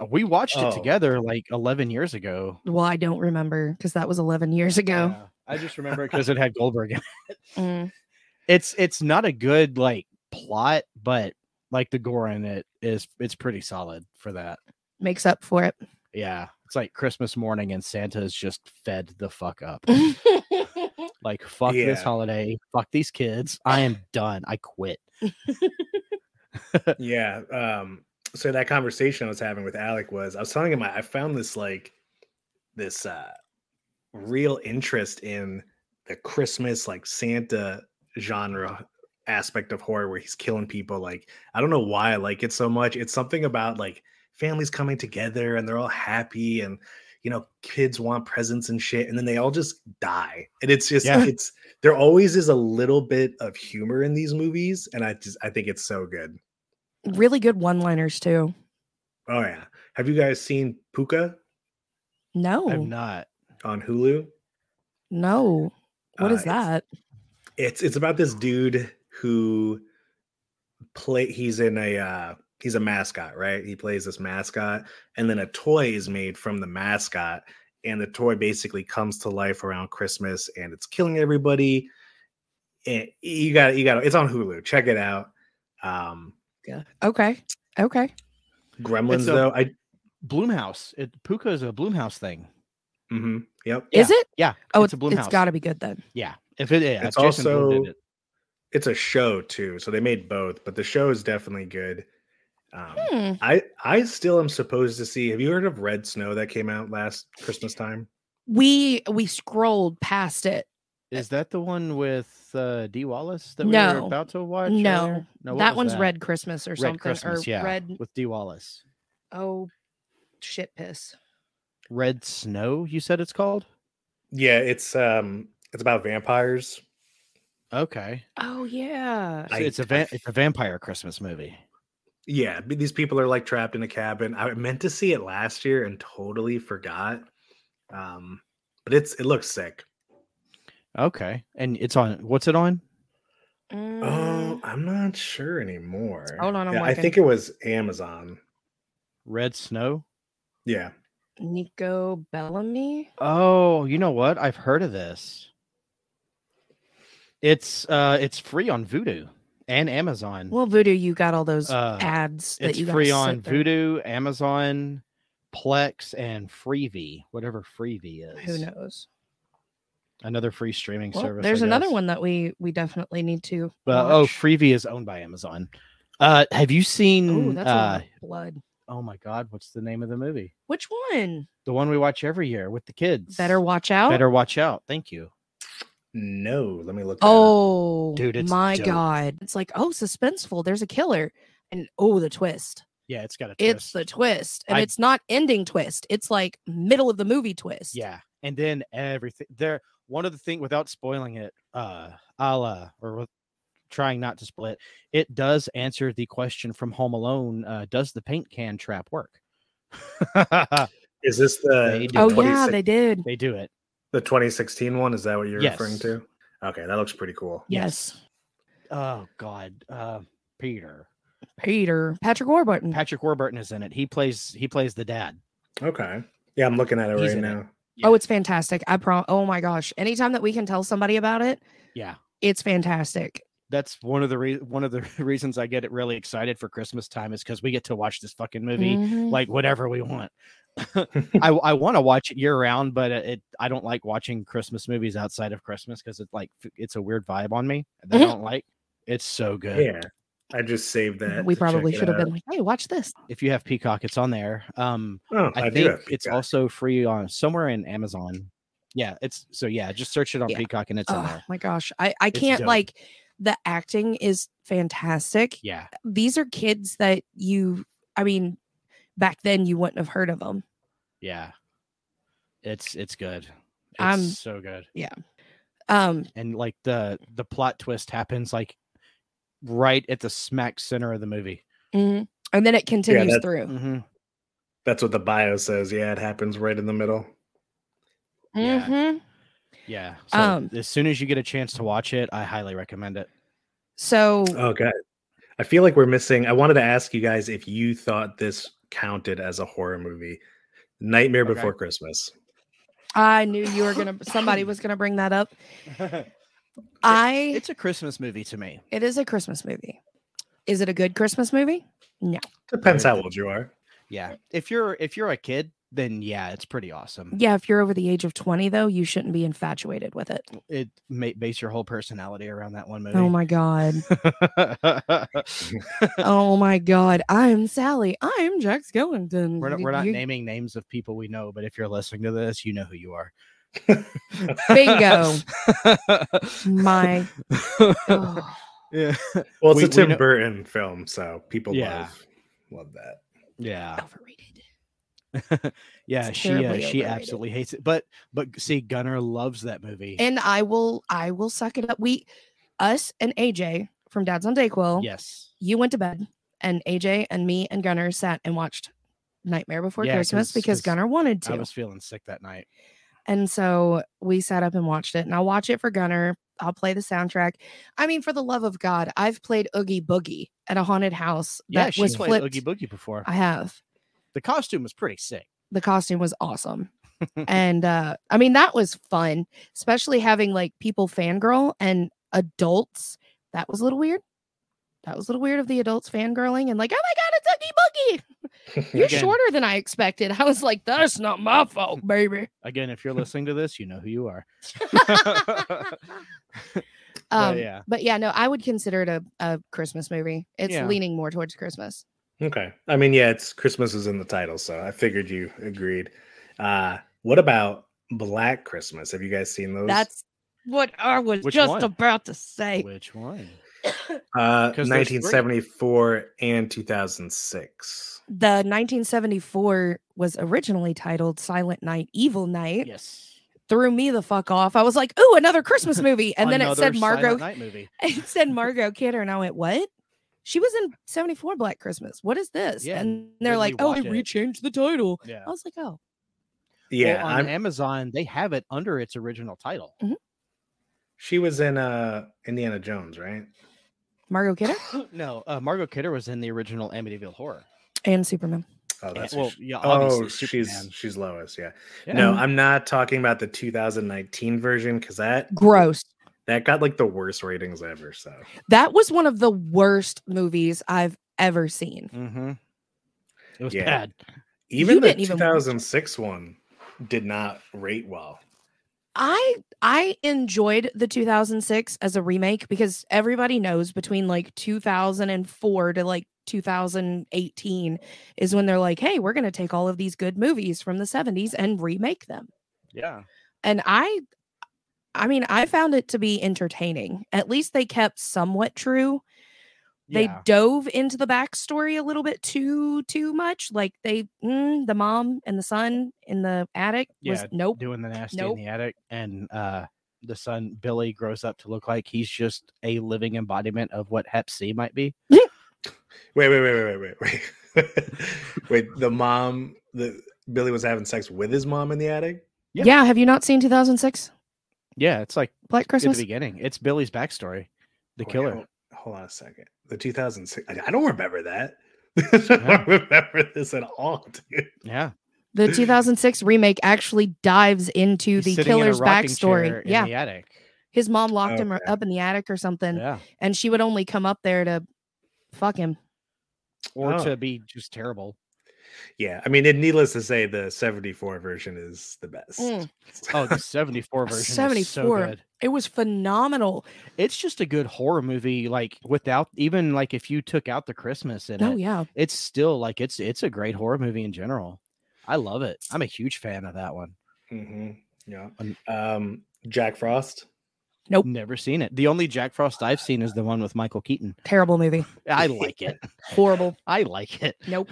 Speaker 1: Uh, We watched it
Speaker 3: Oh.
Speaker 1: together like 11 years ago.
Speaker 2: Well, I don't remember because that was 11 years ago.
Speaker 1: Yeah, I just remember because it had Goldberg. in it.
Speaker 2: Mm.
Speaker 1: It's it's not a good like plot, but like the gore in it is it's pretty solid for that.
Speaker 2: Makes up for it.
Speaker 1: Yeah, it's like Christmas morning and Santa's just fed the fuck up. Like fuck this
Speaker 3: Yeah.
Speaker 1: holiday, fuck these kids. I am done. I quit.
Speaker 3: yeah um so that conversation i was having with alec was i was telling him i, I found this like this uh real interest in the christmas like santa genre aspect of horror where he's killing people like i don't know why i like it so much it's something about like families coming together and they're all happy and you know kids want presents and shit and then they all just die and it's just
Speaker 1: Yeah.
Speaker 3: it's there always is a little bit of humor in these movies and i just i think it's so good
Speaker 2: really good one liners, too.
Speaker 3: Oh yeah. Have you guys seen Puka
Speaker 1: I'm
Speaker 2: No,
Speaker 1: not.
Speaker 3: on Hulu?
Speaker 2: no. What
Speaker 3: Uh,
Speaker 2: is
Speaker 3: it's-
Speaker 2: that?
Speaker 3: It's it's about this dude who play he's in a uh he's a mascot, right? He plays this mascot and then a toy is made from the mascot and the toy basically comes to life around Christmas and it's killing everybody. And you got you got it's on Hulu. Check it out. Um
Speaker 2: Okay. Okay.
Speaker 3: Gremlins
Speaker 1: a-
Speaker 3: though. I
Speaker 1: Bloomhouse. It Puka is a Bloomhouse thing.
Speaker 3: hmm yep.
Speaker 2: Is it?
Speaker 1: Yeah.
Speaker 2: Oh,
Speaker 1: it's a Bloomhouse.
Speaker 2: it's got to be good then.
Speaker 1: Yeah. If it yeah,
Speaker 3: It's
Speaker 1: Jason Blum did
Speaker 3: also-
Speaker 1: it.
Speaker 3: It's a show too, so they made both, but the show is definitely good. Um
Speaker 2: Hmm.
Speaker 3: I I still am supposed to see. Have you heard of Red Snow that came out last Christmas time?
Speaker 2: We we scrolled past it.
Speaker 1: Is that the one with uh, D Wallace that we
Speaker 2: No.
Speaker 1: were about to watch?
Speaker 2: No.
Speaker 1: earlier? no what
Speaker 2: that
Speaker 1: was
Speaker 2: one's Red Christmas or
Speaker 1: Red
Speaker 2: something.
Speaker 1: Christmas,
Speaker 2: or
Speaker 1: yeah,
Speaker 2: red
Speaker 1: with D Wallace.
Speaker 2: oh shit piss.
Speaker 1: Red Snow, you said it's called.
Speaker 3: Yeah, it's um it's about vampires.
Speaker 1: Okay,
Speaker 2: Oh yeah.
Speaker 1: so
Speaker 3: I-
Speaker 1: it's a
Speaker 3: I
Speaker 1: va-
Speaker 3: f-
Speaker 1: it's a vampire Christmas movie.
Speaker 3: Yeah, b- these people are like trapped in a cabin. I meant to see it last year and totally forgot. Um but it's it looks sick.
Speaker 1: Okay, and it's on. What's it on?
Speaker 3: Oh,
Speaker 2: Mm,
Speaker 3: I'm not sure anymore.
Speaker 2: Hold on, I'm
Speaker 3: Yeah, I
Speaker 2: looking.
Speaker 3: think it was Amazon.
Speaker 1: Red Snow.
Speaker 3: Yeah.
Speaker 2: Nico Bellamy.
Speaker 1: Oh, you know what? I've heard of this. It's uh it's free on Voodoo and Amazon.
Speaker 2: Well, Voodoo, you got all those
Speaker 1: Uh,
Speaker 2: ads that
Speaker 1: it's
Speaker 2: you got
Speaker 1: free on Voodoo, Amazon, Plex, and Freevee, whatever Freevee is.
Speaker 2: Who knows?
Speaker 1: Another free streaming
Speaker 2: Well,
Speaker 1: service. I
Speaker 2: there's another
Speaker 1: guess.
Speaker 2: one that we we definitely need to.
Speaker 1: But oh,
Speaker 2: watch.
Speaker 1: Freevee is owned by Amazon. Uh, have you seen?
Speaker 2: Ooh, that's a
Speaker 1: uh,
Speaker 2: lot of blood.
Speaker 1: oh my God, what's the name of the movie?
Speaker 2: Which one?
Speaker 1: The one we watch every year with the kids.
Speaker 2: Better watch out.
Speaker 1: Better watch out. Thank you.
Speaker 3: No, let me look. that up.
Speaker 2: Oh,
Speaker 1: Dude, it's
Speaker 2: my
Speaker 1: dope.
Speaker 2: god! It's like oh, suspenseful. There's a killer, and oh, the twist.
Speaker 1: Yeah, it's got a.
Speaker 2: It's
Speaker 1: twist.
Speaker 2: the twist, and
Speaker 1: I-
Speaker 2: it's not ending twist. It's like middle of the movie twist.
Speaker 1: Yeah, and then everything there. One of the thing without spoiling it, uh, I'll uh, or with trying not to split, it does answer the question from Home Alone: uh, Does the paint can trap work?
Speaker 3: Is this
Speaker 1: They
Speaker 3: the
Speaker 1: do
Speaker 2: Oh
Speaker 1: it.
Speaker 2: yeah,
Speaker 3: 26
Speaker 2: they did.
Speaker 1: they do it.
Speaker 3: the 2016 one? Is that what you're
Speaker 1: Yes.
Speaker 3: referring to? Okay, that looks pretty cool.
Speaker 2: Yes,
Speaker 1: Oh God, uh, Peter.
Speaker 2: Peter Patrick Warburton.
Speaker 1: Patrick Warburton is in it. He plays he plays the dad.
Speaker 3: Okay. Yeah, I'm looking at it
Speaker 1: He's
Speaker 3: right
Speaker 1: in it.
Speaker 3: now.
Speaker 2: Oh,
Speaker 1: Yeah.
Speaker 2: it's fantastic. I prom. Oh my gosh! Anytime that we can tell somebody about it,
Speaker 1: Yeah.
Speaker 2: it's fantastic.
Speaker 1: That's one of the re- one of the reasons I get it really excited for Christmas time is because we get to watch this fucking movie
Speaker 2: Mhm.
Speaker 1: like whatever we want. Mm. I I want to watch it year round, but uh, it I don't like watching Christmas movies outside of Christmas because it's like f- it's a weird vibe on me that I
Speaker 2: Mhm.
Speaker 1: don't like. It's so good.
Speaker 3: Yeah. I just saved that.
Speaker 2: we
Speaker 3: to check
Speaker 2: probably
Speaker 3: it
Speaker 2: should have
Speaker 3: out.
Speaker 2: been like, hey, watch this.
Speaker 1: If you have Peacock, it's on there. Um,
Speaker 3: Oh,
Speaker 1: I,
Speaker 3: I, do
Speaker 1: think
Speaker 3: have
Speaker 1: it's
Speaker 3: Peacock.
Speaker 1: also free on somewhere in Amazon. Yeah, it's so yeah. Just search it on
Speaker 2: Yeah.
Speaker 1: Peacock and it's on
Speaker 2: Oh
Speaker 1: there.
Speaker 2: my gosh, I I
Speaker 1: It's
Speaker 2: can't
Speaker 1: dope.
Speaker 2: like. The acting is fantastic.
Speaker 1: Yeah,
Speaker 2: these are kids that you i mean back then you wouldn't have heard of them
Speaker 1: yeah. It's it's good. It's
Speaker 2: I'm-
Speaker 1: so good.
Speaker 2: um
Speaker 1: And like the the plot twist happens like right at the smack center of the movie. Mm-hmm.
Speaker 2: mhm. and then it continues
Speaker 3: that-
Speaker 2: through
Speaker 3: That's what the bio says. Yeah, it happens right in the middle.
Speaker 1: yeah.
Speaker 2: Mhm.
Speaker 1: Yeah. So
Speaker 2: Um,
Speaker 1: as soon as you get a chance to watch it, I highly recommend it.
Speaker 2: so
Speaker 1: Uh, Oh,
Speaker 3: Okay. I feel like we're missing. I wanted to ask you guys if you thought this counted as a horror movie. Nightmare
Speaker 1: Okay.
Speaker 3: Before Christmas.
Speaker 2: i knew you were gonna somebody was gonna bring that up i
Speaker 1: it's a Christmas movie to me.
Speaker 2: it is a christmas movie is it a good christmas movie
Speaker 1: Very
Speaker 3: Depends how
Speaker 1: good.
Speaker 3: old you are.
Speaker 1: Yeah. If you're if you're a kid, then yeah, it's pretty awesome.
Speaker 2: yeah if you're over the age of 20 though you shouldn't be infatuated with it
Speaker 1: It may base your whole personality around that one movie.
Speaker 2: oh my god oh my god i'm sally i'm jack skellington
Speaker 1: we're not, we're not
Speaker 2: You-
Speaker 1: naming names of people we know, but if you're listening to this, you know who you are.
Speaker 2: bingo my oh.
Speaker 1: yeah.
Speaker 3: Well, it's
Speaker 1: We-
Speaker 3: a
Speaker 1: we
Speaker 3: Tim
Speaker 1: know-
Speaker 3: Burton film, so people
Speaker 1: Yeah.
Speaker 3: love love that.
Speaker 1: Yeah.
Speaker 2: overrated.
Speaker 1: Yeah,
Speaker 2: It's
Speaker 1: she uh,
Speaker 2: terribly
Speaker 1: she
Speaker 2: overrated.
Speaker 1: absolutely hates it. But but see, Gunnar loves that movie.
Speaker 2: And I will I will suck it up. We us and AJ from Dad's on Dayquil.
Speaker 1: yes.
Speaker 2: You went to bed and AJ and me and Gunnar sat and watched Nightmare Before
Speaker 1: Yeah,
Speaker 2: Christmas
Speaker 1: 'cause-
Speaker 2: because
Speaker 1: 'cause
Speaker 2: Gunnar wanted
Speaker 1: I
Speaker 2: to.
Speaker 1: was feeling sick that night.
Speaker 2: And so we sat up and watched it. And I'll watch it for Gunnar. I'll play the soundtrack. I mean, for the love of God, I've played Oogie Boogie at a haunted house
Speaker 1: Yeah,
Speaker 2: that
Speaker 1: she
Speaker 2: was
Speaker 1: played
Speaker 2: flipped.
Speaker 1: Oogie Boogie before.
Speaker 2: I have.
Speaker 1: the costume was pretty sick.
Speaker 2: the costume was awesome. and uh I mean that was fun, especially having like people fangirl and adults. That was a little weird. That was a little weird of the adults fangirling and like, oh my god, it's Oogie Boogie. You're
Speaker 1: Again.
Speaker 2: shorter than I expected. I was like, that's not my fault, baby.
Speaker 1: Again, if you're listening to this, you know who you are.
Speaker 2: Um,
Speaker 1: Oh, yeah.
Speaker 2: but yeah, no, I would consider it a, a Christmas movie. It's
Speaker 1: Yeah.
Speaker 2: leaning more towards Christmas.
Speaker 3: Okay. I mean, yeah, it's Christmas is in the title, so I figured you agreed. Uh what about Black Christmas? Have you guys seen those?
Speaker 2: That's what I was
Speaker 1: Which
Speaker 2: just
Speaker 1: one?
Speaker 2: about to say.
Speaker 1: Which one?
Speaker 3: uh
Speaker 1: 'cause there's three.
Speaker 3: 1974 and 2006.
Speaker 2: The 1974 was originally titled Silent Night, Evil Night.
Speaker 1: Yes.
Speaker 2: threw me the fuck off. I was like, "Ooh, another Christmas movie," and then it
Speaker 1: Another
Speaker 2: said
Speaker 1: Silent
Speaker 2: Margot.
Speaker 1: Night movie.
Speaker 2: It said Margot Kidder, and I went, "What?" She was in '74 Black Christmas. What is this?
Speaker 1: Yeah,
Speaker 2: and
Speaker 1: and
Speaker 2: they're
Speaker 1: then
Speaker 2: like,
Speaker 1: we
Speaker 2: "Oh,
Speaker 1: watch
Speaker 2: we
Speaker 1: it."
Speaker 2: rechanged the title."
Speaker 1: Yeah.
Speaker 2: I was like, "Oh,
Speaker 3: Yeah,
Speaker 1: Well, on
Speaker 3: I'm,
Speaker 1: Amazon, they have it under its original title.
Speaker 3: she was in uh Indiana Jones, right?
Speaker 2: Margot Kidder
Speaker 1: no, uh, Margot Kidder was in the original Amityville Horror.
Speaker 2: and Superman."
Speaker 3: Oh, that's
Speaker 1: And- well,
Speaker 3: who she-
Speaker 1: yeah, obviously
Speaker 3: Oh,
Speaker 1: Superman.
Speaker 3: she's she's Lois, yeah.
Speaker 1: Yeah.
Speaker 3: No, I'm not talking about the 2019 version cuz that
Speaker 2: Gross.
Speaker 3: That got like the worst ratings ever. So
Speaker 2: That was one of the worst movies I've ever seen.
Speaker 1: Mm-hmm. It was
Speaker 3: Yeah.
Speaker 1: bad.
Speaker 3: even
Speaker 2: You
Speaker 3: the
Speaker 2: didn't even watch it.
Speaker 3: 2006 one did not rate well.
Speaker 2: I I enjoyed the 2006 as a remake because everybody knows between like 2004 to like 2018 is when they're like, "Hey, we're going to take all of these good movies from the 70s and remake them."
Speaker 1: Yeah.
Speaker 2: And I I mean, I found it to be entertaining. At least they kept somewhat true. they
Speaker 1: yeah.
Speaker 2: dove into the backstory a little bit too too much like they mm, the mom and the son in the attic was
Speaker 1: Yeah,
Speaker 2: nope
Speaker 1: doing the nasty
Speaker 2: Nope.
Speaker 1: in the attic, and uh, the son Billy grows up to look like he's just a living embodiment of what Hep C might be.
Speaker 3: Wait, wait, wait, wait, wait, wait, wait. wait, the mom, the Billy was having sex with his mom in the attic.
Speaker 1: Yeah.
Speaker 2: yeah. have you not seen 2006
Speaker 1: Yeah, it's like
Speaker 2: black
Speaker 1: at
Speaker 2: christmas
Speaker 1: the beginning. It's Billy's backstory, the
Speaker 3: Wait,
Speaker 1: killer.
Speaker 3: Hold, hold on a second. The 2006. I, I don't remember that. I don't remember this at all, dude.
Speaker 1: Yeah,
Speaker 2: the 2006 remake actually dives into
Speaker 1: he's
Speaker 2: the
Speaker 1: sitting in a
Speaker 2: killer's
Speaker 1: rocking chair
Speaker 2: backstory
Speaker 1: in
Speaker 2: yeah
Speaker 1: the attic.
Speaker 2: his mom locked him
Speaker 3: Okay.
Speaker 2: up in the attic or something
Speaker 1: Yeah,
Speaker 2: and she would only come up there to fuck him
Speaker 1: or
Speaker 3: Oh.
Speaker 1: to be just terrible.
Speaker 3: Yeah, I mean, it, needless to say, the 74 version is the best.
Speaker 2: Mm.
Speaker 1: Oh, the '74 version. Seventy-four. Is so
Speaker 2: 74.
Speaker 1: good.
Speaker 2: it was phenomenal
Speaker 1: It's just a good horror movie. Like without even like if you took out the Christmas in
Speaker 2: oh
Speaker 1: it,
Speaker 2: yeah
Speaker 1: it's still like it's it's a great horror movie in general. I love it. I'm a huge fan of that one.
Speaker 3: Mhm, Yeah.
Speaker 1: Un-
Speaker 3: Um, Jack Frost.
Speaker 2: Nope.
Speaker 1: Never seen it. The only Jack Frost I've seen is the one with Michael Keaton.
Speaker 2: terrible movie
Speaker 1: I like it.
Speaker 2: horrible
Speaker 1: I like it.
Speaker 2: nope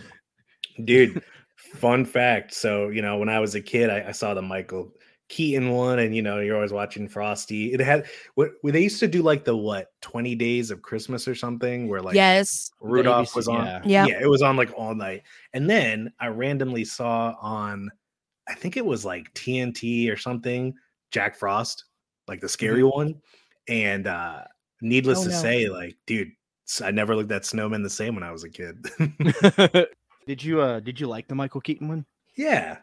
Speaker 3: Dude, fun fact. So, you know, when I was a kid, I, I saw the Michael Keaton one, and you know, you're always watching Frosty. It had what what they used to do like the what 20 days of Christmas or something where like
Speaker 2: yes
Speaker 1: The
Speaker 3: Rudolph
Speaker 1: ABC
Speaker 3: was on.
Speaker 1: yeah.
Speaker 2: yeah
Speaker 3: it was on like all night. And then I randomly saw on I think it was like TNT or something, Jack Frost, like the scary one. And uh needless
Speaker 2: Oh,
Speaker 3: to
Speaker 2: no.
Speaker 3: say, like, dude, s- I never looked at Snowman the same when I was a kid.
Speaker 1: did you uh did you like the Michael Keaton one?
Speaker 3: yeah.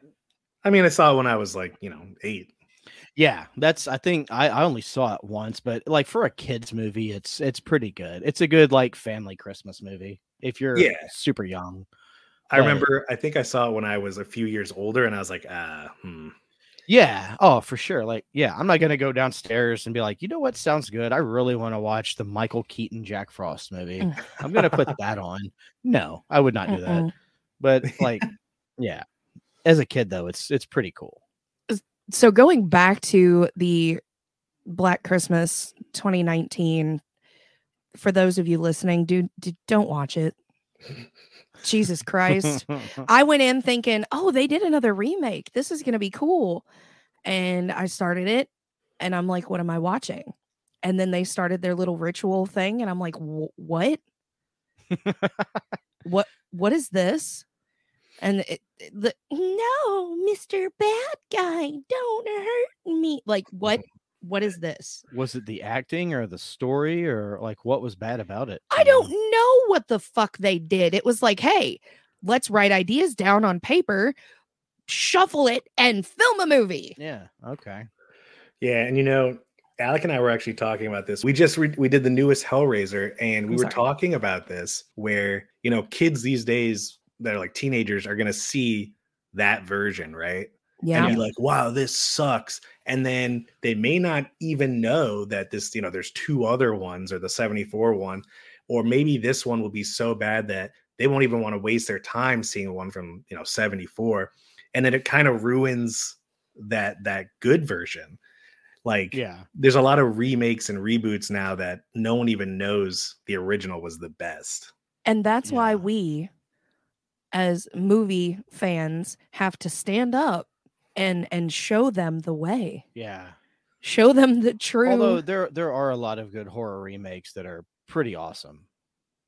Speaker 3: I mean, I saw it when I was like, you know, eight.
Speaker 1: Yeah, that's I think I, I only saw it once, but like for a kids movie, it's it's pretty good. It's a good like family Christmas movie if you're
Speaker 3: Yeah.
Speaker 1: super young.
Speaker 3: I
Speaker 1: Right.
Speaker 3: remember I think I saw it when I was a few years older, and I was like, ah, hmm.
Speaker 1: Yeah. Oh, for sure. Like, yeah, I'm not gonna go downstairs and be like, you know what sounds good? I really want to watch the Michael Keaton Jack Frost movie.
Speaker 2: Mm.
Speaker 1: I'm gonna put that on. No, I would not do that.
Speaker 2: Mm-mm.
Speaker 1: But like, yeah, as a kid though, it's it's pretty cool.
Speaker 2: so going back to the Black Christmas 2019, for those of you listening, do, do don't watch it. Jesus Christ. I went in thinking, oh, they did another remake. This is gonna be cool. And I started it and I'm like, what am I watching? And then they started their little ritual thing, and I'm like, "Wh- what? what what is this? And it, it- the no, Mr. Bad Guy, don't hurt me. Like, what what is this?
Speaker 1: was it the acting or the story or like what was bad about it?
Speaker 2: I don't know what the fuck they did. It was like, hey, let's write ideas down on paper, shuffle it, and film a movie.
Speaker 1: Yeah. Okay.
Speaker 3: Yeah, and you know, Alec and I were actually talking about this. We just re- we did the newest Hellraiser, and we
Speaker 2: I'm
Speaker 3: were
Speaker 2: sorry.
Speaker 3: talking about this where you know kids these days that are like teenagers are gonna see that version, right?
Speaker 2: Yeah.
Speaker 3: And be like, wow, this sucks. And then they may not even know that this, you know, there's two other ones or the 74 one, or maybe this one will be so bad that they won't even want to waste their time seeing one from you know 74. And then it kind of ruins that that good version. Like
Speaker 1: Yeah.
Speaker 3: there's a lot of remakes and reboots now that no one even knows the original was the best.
Speaker 2: And that's why
Speaker 1: Yeah.
Speaker 2: we, as movie fans, have to stand up and and show them the way.
Speaker 1: Yeah.
Speaker 2: Show them the true
Speaker 1: Although there there are a lot of good horror remakes that are pretty awesome.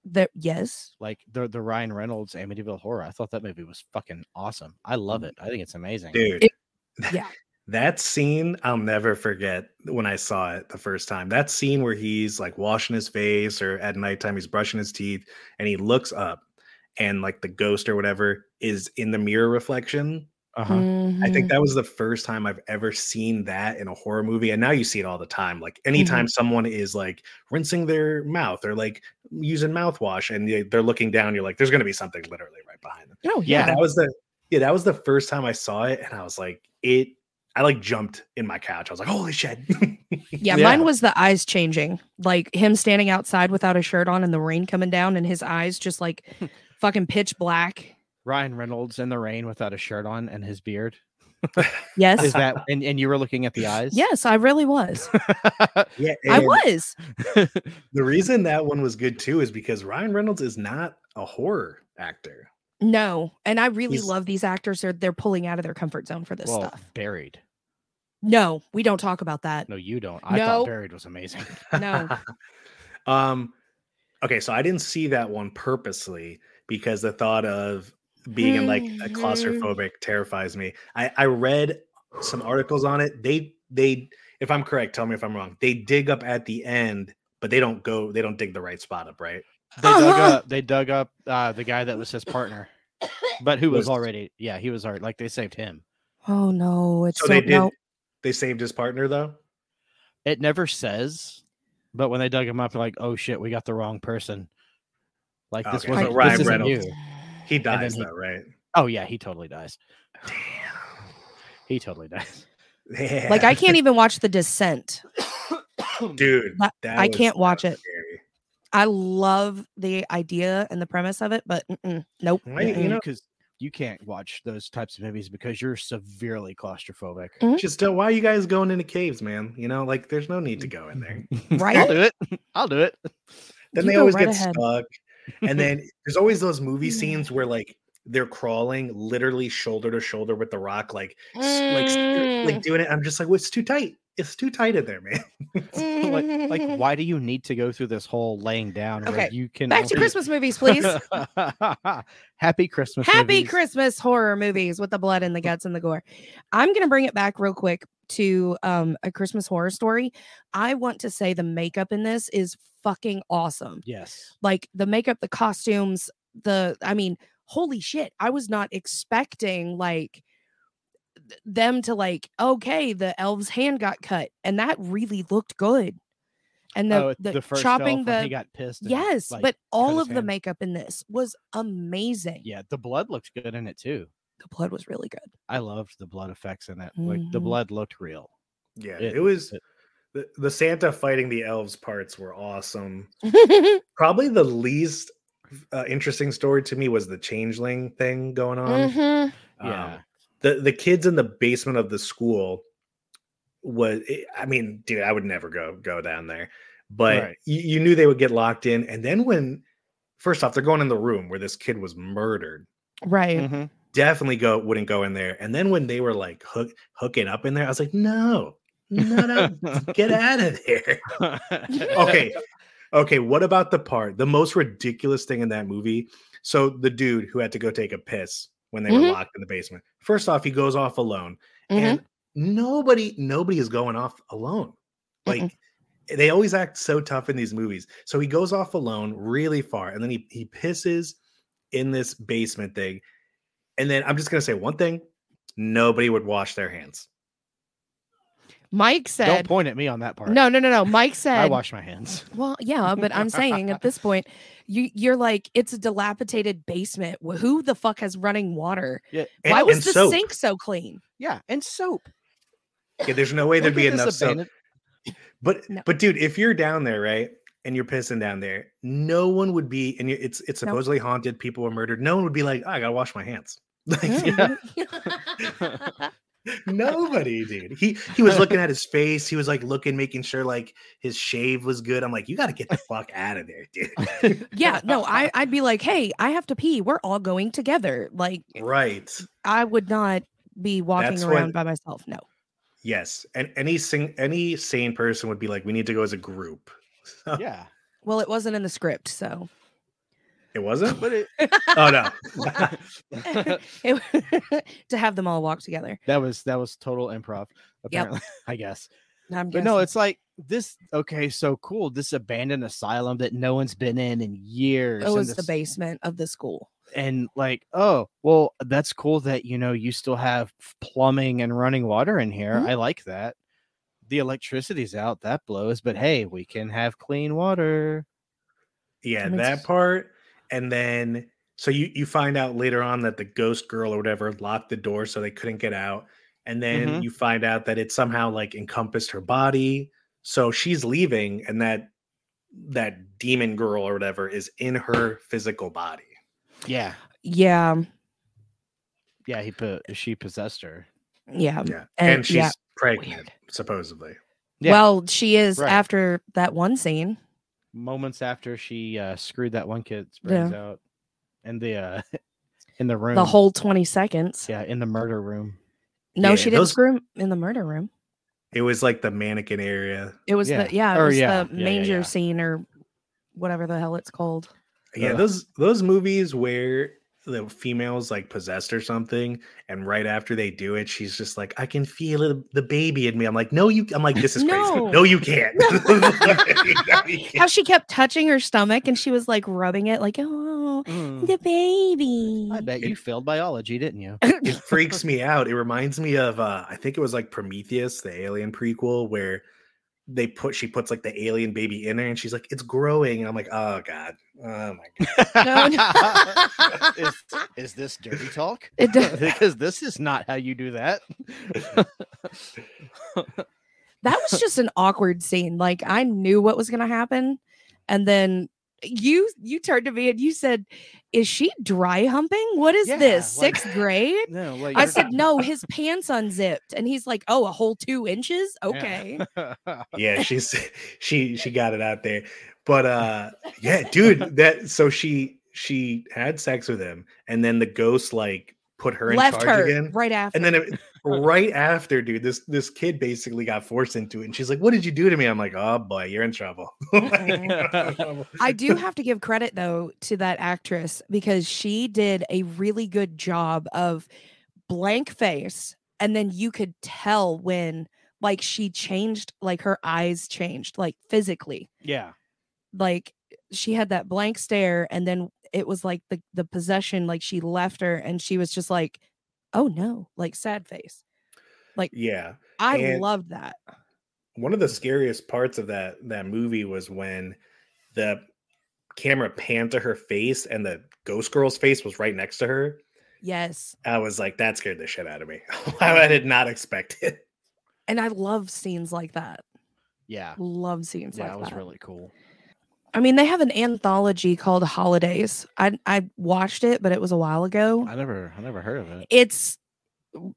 Speaker 2: that yes.
Speaker 1: Like the the Ryan Reynolds Amityville Horror. I thought that movie was fucking awesome. I love
Speaker 2: Mm.
Speaker 1: it. I think it's amazing.
Speaker 3: Dude,
Speaker 2: It- yeah.
Speaker 3: That scene I'll never forget when I saw it the first time. That scene where he's like washing his face or at nighttime he's brushing his teeth and he looks up and like the ghost or whatever is in the mirror reflection
Speaker 2: Mm.
Speaker 1: Uh-huh.
Speaker 3: I think that was the first time I've ever seen that in a horror movie. And now you see it all the time.
Speaker 2: Mm-hmm.
Speaker 3: Like anytime someone is like rinsing their mouth or like using mouthwash and they- they're looking down, you're like, there's going to be something literally right behind them.
Speaker 2: Oh
Speaker 1: Yeah.
Speaker 2: yeah.
Speaker 3: That was the, yeah, that was the first time I saw it. And I was like, it, I like jumped in my couch. I was like, holy shit.
Speaker 1: Yeah.
Speaker 2: Yeah, mine was the eyes changing. Like him standing outside without a shirt on and the rain coming down and his eyes just like fucking pitch black.
Speaker 1: Ryan Reynolds in the rain without a shirt on and his beard. Is
Speaker 2: Yes.
Speaker 1: that and, and you were looking at the eyes?
Speaker 2: Yes, I really was.
Speaker 3: yeah.
Speaker 2: I
Speaker 3: and
Speaker 2: was.
Speaker 3: The reason that one was good too is because Ryan Reynolds is not a horror actor.
Speaker 2: No. And I really
Speaker 3: He's-
Speaker 2: love these actors. They're they're pulling out of their comfort zone for this
Speaker 1: well,
Speaker 2: stuff.
Speaker 1: buried.
Speaker 2: No, we don't talk about that.
Speaker 1: No, you don't. I
Speaker 2: No.
Speaker 1: thought buried was amazing.
Speaker 2: No.
Speaker 3: um okay, so I didn't see that one purposely because the thought of being in like a
Speaker 2: Mhm.
Speaker 3: claustrophobic terrifies me. I I read some articles on it. They they if I'm correct, tell me if I'm wrong. They dig up at the end, but they don't go they don't dig the right spot up, right?
Speaker 1: They dug
Speaker 2: Uh-huh.
Speaker 1: up. They dug up uh, the guy that was his partner, but who was
Speaker 3: Was-
Speaker 1: already. Yeah, he was already. Like they saved him.
Speaker 2: Oh no, it's
Speaker 3: So
Speaker 2: so,
Speaker 3: they did
Speaker 2: no.
Speaker 3: they saved his partner though.
Speaker 1: It never says, but when they dug him up, they're like, "Oh shit, we got the wrong person." Like this
Speaker 3: Okay, so
Speaker 1: wasn't
Speaker 3: Ryan
Speaker 1: this isn't
Speaker 3: Reynolds.
Speaker 1: you.
Speaker 3: He
Speaker 1: then
Speaker 3: dies
Speaker 1: he-
Speaker 3: though, right?
Speaker 1: Oh yeah, he totally dies. He totally dies.
Speaker 3: Yeah.
Speaker 2: Like I can't even watch The Descent.
Speaker 3: dude.
Speaker 2: That-
Speaker 3: that
Speaker 2: I
Speaker 3: was-
Speaker 2: can't
Speaker 3: that
Speaker 2: watch
Speaker 3: was
Speaker 2: it.
Speaker 3: scary.
Speaker 2: I love the idea and the premise of it, but mm-mm, nope.
Speaker 3: Why- you know,
Speaker 1: because you can't watch those types of movies because you're severely claustrophobic.
Speaker 3: just uh, why are you guys going into caves, man? You know, like there's no need to go in there.
Speaker 1: I'll
Speaker 2: Right?
Speaker 1: do it. I'll do it.
Speaker 3: Then
Speaker 2: You
Speaker 3: they
Speaker 2: go
Speaker 3: always
Speaker 2: right
Speaker 3: get
Speaker 2: ahead.
Speaker 3: stuck. And then there's always those movie
Speaker 2: Mm.
Speaker 3: scenes where like they're crawling literally shoulder to shoulder with the rock, like s- like st-
Speaker 2: Mm.
Speaker 3: like doing it. I'm just like, well, it's too tight. It's too tight in there, man.
Speaker 1: like,
Speaker 2: Mm.
Speaker 1: like, why do you need to go through this whole laying down where
Speaker 2: Okay,
Speaker 1: you can
Speaker 2: Back to
Speaker 1: only-
Speaker 2: Christmas movies, please.
Speaker 1: Happy Christmas.
Speaker 2: Happy
Speaker 1: movies.
Speaker 2: Christmas horror movies with the blood and the guts and the gore. I'm gonna bring it back real quick to um a Christmas horror story. I want to say the makeup in this is fucking awesome.
Speaker 1: Yes.
Speaker 2: Like the makeup, the costumes, the I mean, holy shit. I was not expecting like th- them to like, okay, the elf's hand got cut, and that really looked good. And the,
Speaker 1: oh, it's
Speaker 2: the,
Speaker 1: the first
Speaker 2: chopping
Speaker 1: elf when
Speaker 2: the
Speaker 1: he got pissed. and,
Speaker 2: Yes,
Speaker 1: like,
Speaker 2: but all
Speaker 1: his
Speaker 2: of the
Speaker 1: hand.
Speaker 2: makeup in this was amazing.
Speaker 1: yeah, the blood looked good in it too.
Speaker 2: The blood was really good.
Speaker 1: I loved the blood effects in it. Like the
Speaker 2: Mhm.
Speaker 1: blood looked real.
Speaker 3: Yeah,
Speaker 1: It-
Speaker 3: it, was
Speaker 1: it-
Speaker 3: the, the Santa fighting the elves parts were awesome. Probably the least uh, interesting story to me was the changeling thing going on.
Speaker 2: Mm-hmm.
Speaker 3: Um,
Speaker 1: Yeah.
Speaker 3: the the kids in the basement of the school was it- i mean dude i would never go go down there but
Speaker 1: Right.
Speaker 3: you, you knew they would get locked in and then when first off they're going in the room where this kid was murdered
Speaker 2: Right.
Speaker 3: mm,
Speaker 1: Mhm.
Speaker 3: definitely go wouldn't go in there and then when they were like hook, hooking up in there i was like no no no get out of there okay okay what about the part the most ridiculous thing in that movie so the dude who had to go take a piss when they were
Speaker 2: Mhm.
Speaker 3: locked in the basement first off he goes off alone
Speaker 2: Mhm.
Speaker 3: and nobody nobody is going off alone like
Speaker 2: Mm-mm.
Speaker 3: they always act so tough in these movies so he goes off alone really far and then he, he pisses in this basement thing and then i'm just going to say one thing nobody would wash their hands
Speaker 2: Mike
Speaker 1: Don't
Speaker 2: said,
Speaker 1: point at me on that part.
Speaker 2: no, no, no, no. Mike
Speaker 1: I
Speaker 2: said,
Speaker 1: wash my hands.
Speaker 2: well, yeah, but I'm saying at this point, you, you're like, it's a dilapidated basement. Wh- Who the fuck has running water?
Speaker 1: Yeah.
Speaker 3: and,
Speaker 2: Why was
Speaker 3: and
Speaker 2: the
Speaker 3: soap.
Speaker 2: sink so clean?
Speaker 1: Yeah, and soap.
Speaker 3: Yeah, there's no way there'd
Speaker 1: Look
Speaker 3: be
Speaker 1: at this
Speaker 3: enough soap
Speaker 1: abandoned-
Speaker 3: But
Speaker 2: No.
Speaker 3: but dude, if you're down there, right, and you're pissing down there, no one would be. And you it's it's
Speaker 2: Nope.
Speaker 3: supposedly haunted. People were murdered. No one would be like, "Oh, I gotta wash my hands. Like,
Speaker 2: Mm-hmm,
Speaker 3: Nobody, dude. He he was looking at his face. He was like looking, making sure like his shave was good. I'm like, you gotta get the fuck out of there, dude.
Speaker 2: yeah, no, I, I'd be like, hey, I have to pee. We're all going together. Like,
Speaker 3: right.
Speaker 2: I would not be walking
Speaker 3: That's when-
Speaker 2: around by myself. No.
Speaker 3: Yes. And any sing, any sane person would be like, we need to go as a group.
Speaker 1: yeah,
Speaker 2: Well, it wasn't in the script, so
Speaker 3: It wasn't.
Speaker 1: but it,
Speaker 3: Oh no.
Speaker 2: it, to have them all walk together.
Speaker 1: that was that was total improv. Apparently, I guess.
Speaker 2: I'm
Speaker 1: But no,
Speaker 2: guessing.
Speaker 1: it's like this. Okay, so cool. This abandoned asylum that no one's been in in years.
Speaker 2: it
Speaker 1: and
Speaker 2: was the
Speaker 1: this-
Speaker 2: basement of the school.
Speaker 1: and like oh well that's cool that you know you still have plumbing and running water in here
Speaker 2: Mhm.
Speaker 1: i like that the electricity's out that blows but hey we can have clean water
Speaker 3: Yeah,
Speaker 2: That makes
Speaker 3: that
Speaker 2: sense.
Speaker 3: part. And then so you you find out later on that the ghost girl or whatever locked the door so they couldn't get out. And then
Speaker 2: Mm-hmm.
Speaker 1: Mhm.
Speaker 3: you find out that it somehow like encompassed her body. So she's leaving and that that demon girl or whatever is in her physical body.
Speaker 1: yeah
Speaker 2: yeah,
Speaker 1: yeah he put she possessed her
Speaker 2: yeah.
Speaker 3: Yeah.
Speaker 2: Um, And-
Speaker 3: And, she's
Speaker 2: yeah.
Speaker 3: pregnant,
Speaker 2: Weird.
Speaker 3: supposedly.
Speaker 1: Yeah.
Speaker 2: Well, she is
Speaker 1: Right.
Speaker 2: after that one scene.
Speaker 1: moments after she uh, screwed that one kid's brains out in the uh, in the room
Speaker 2: The whole twenty seconds.
Speaker 1: yeah in the murder room
Speaker 2: No,
Speaker 3: Yeah,
Speaker 2: she didn't
Speaker 3: those-
Speaker 2: screw him in the murder room.
Speaker 3: It was like the mannequin area.
Speaker 2: It was
Speaker 1: Yeah.
Speaker 2: the yeah, it
Speaker 1: Or
Speaker 2: was
Speaker 1: yeah,
Speaker 2: the
Speaker 1: yeah, yeah,
Speaker 2: manger
Speaker 1: yeah.
Speaker 2: scene or whatever the hell it's called.
Speaker 3: Yeah,
Speaker 1: Ugh.
Speaker 3: those those movies where the female's like possessed or something, and right after they do it, she's just like, "I can feel it, the baby in me." I'm like, "No, you." I'm like, "This is
Speaker 2: No.
Speaker 3: crazy. No, you can't." No, you
Speaker 2: How
Speaker 3: can't.
Speaker 2: she kept touching her stomach and she was like rubbing it, like, oh,
Speaker 1: Mm.
Speaker 2: the baby.
Speaker 1: i bet you failed biology didn't you
Speaker 3: it freaks me out. It reminds me of uh, I think it was like Prometheus, the Alien prequel, where they put she puts like the alien baby in her, and she's like, "It's growing," and I'm like, "Oh god, oh my god."
Speaker 2: No, no.
Speaker 1: is, is this dirty talk?
Speaker 2: It does.
Speaker 1: because this is not how you do that.
Speaker 2: that was just an awkward scene. Like I knew what was gonna happen. And then you you turned to me and you said, Is she dry humping? What is
Speaker 1: Yeah,
Speaker 2: this?
Speaker 1: like-
Speaker 2: Sixth grade?
Speaker 1: no, like
Speaker 2: I
Speaker 1: you're
Speaker 2: said,
Speaker 1: not-
Speaker 2: no, his pants unzipped. And he's like, oh, a whole two inches? Okay.
Speaker 1: Yeah.
Speaker 3: yeah she's she she got it out there but uh yeah dude that so she she had sex with him and then the ghost like put her in
Speaker 2: Left
Speaker 3: charge
Speaker 2: her
Speaker 3: again
Speaker 2: right after.
Speaker 3: and then it, right after dude this this kid basically got forced into it and she's like what did you do to me i'm like oh boy you're in trouble
Speaker 2: I do have to give credit, though, to that actress because she did a really good job of blank face. And then you could tell when, like, she changed, like, her eyes changed, like, physically.
Speaker 1: yeah.
Speaker 2: like she had that blank stare and then it was like the the possession like she left her and she was just like oh no like sad face
Speaker 3: yeah
Speaker 2: i
Speaker 3: And-
Speaker 2: loved that
Speaker 3: one of the scariest parts of that that movie was when the camera panned to her face and the ghost girl's face was right next to her
Speaker 2: yes
Speaker 3: I was like, that scared the shit out of me. I did not expect it.
Speaker 2: and i love scenes like that
Speaker 1: Yeah.
Speaker 2: love scenes
Speaker 1: Yeah,
Speaker 2: like
Speaker 1: it was
Speaker 2: that
Speaker 1: really cool.
Speaker 2: i mean they have an anthology called holidays i i watched it but it was a while ago
Speaker 1: I never I never heard of it.
Speaker 2: it's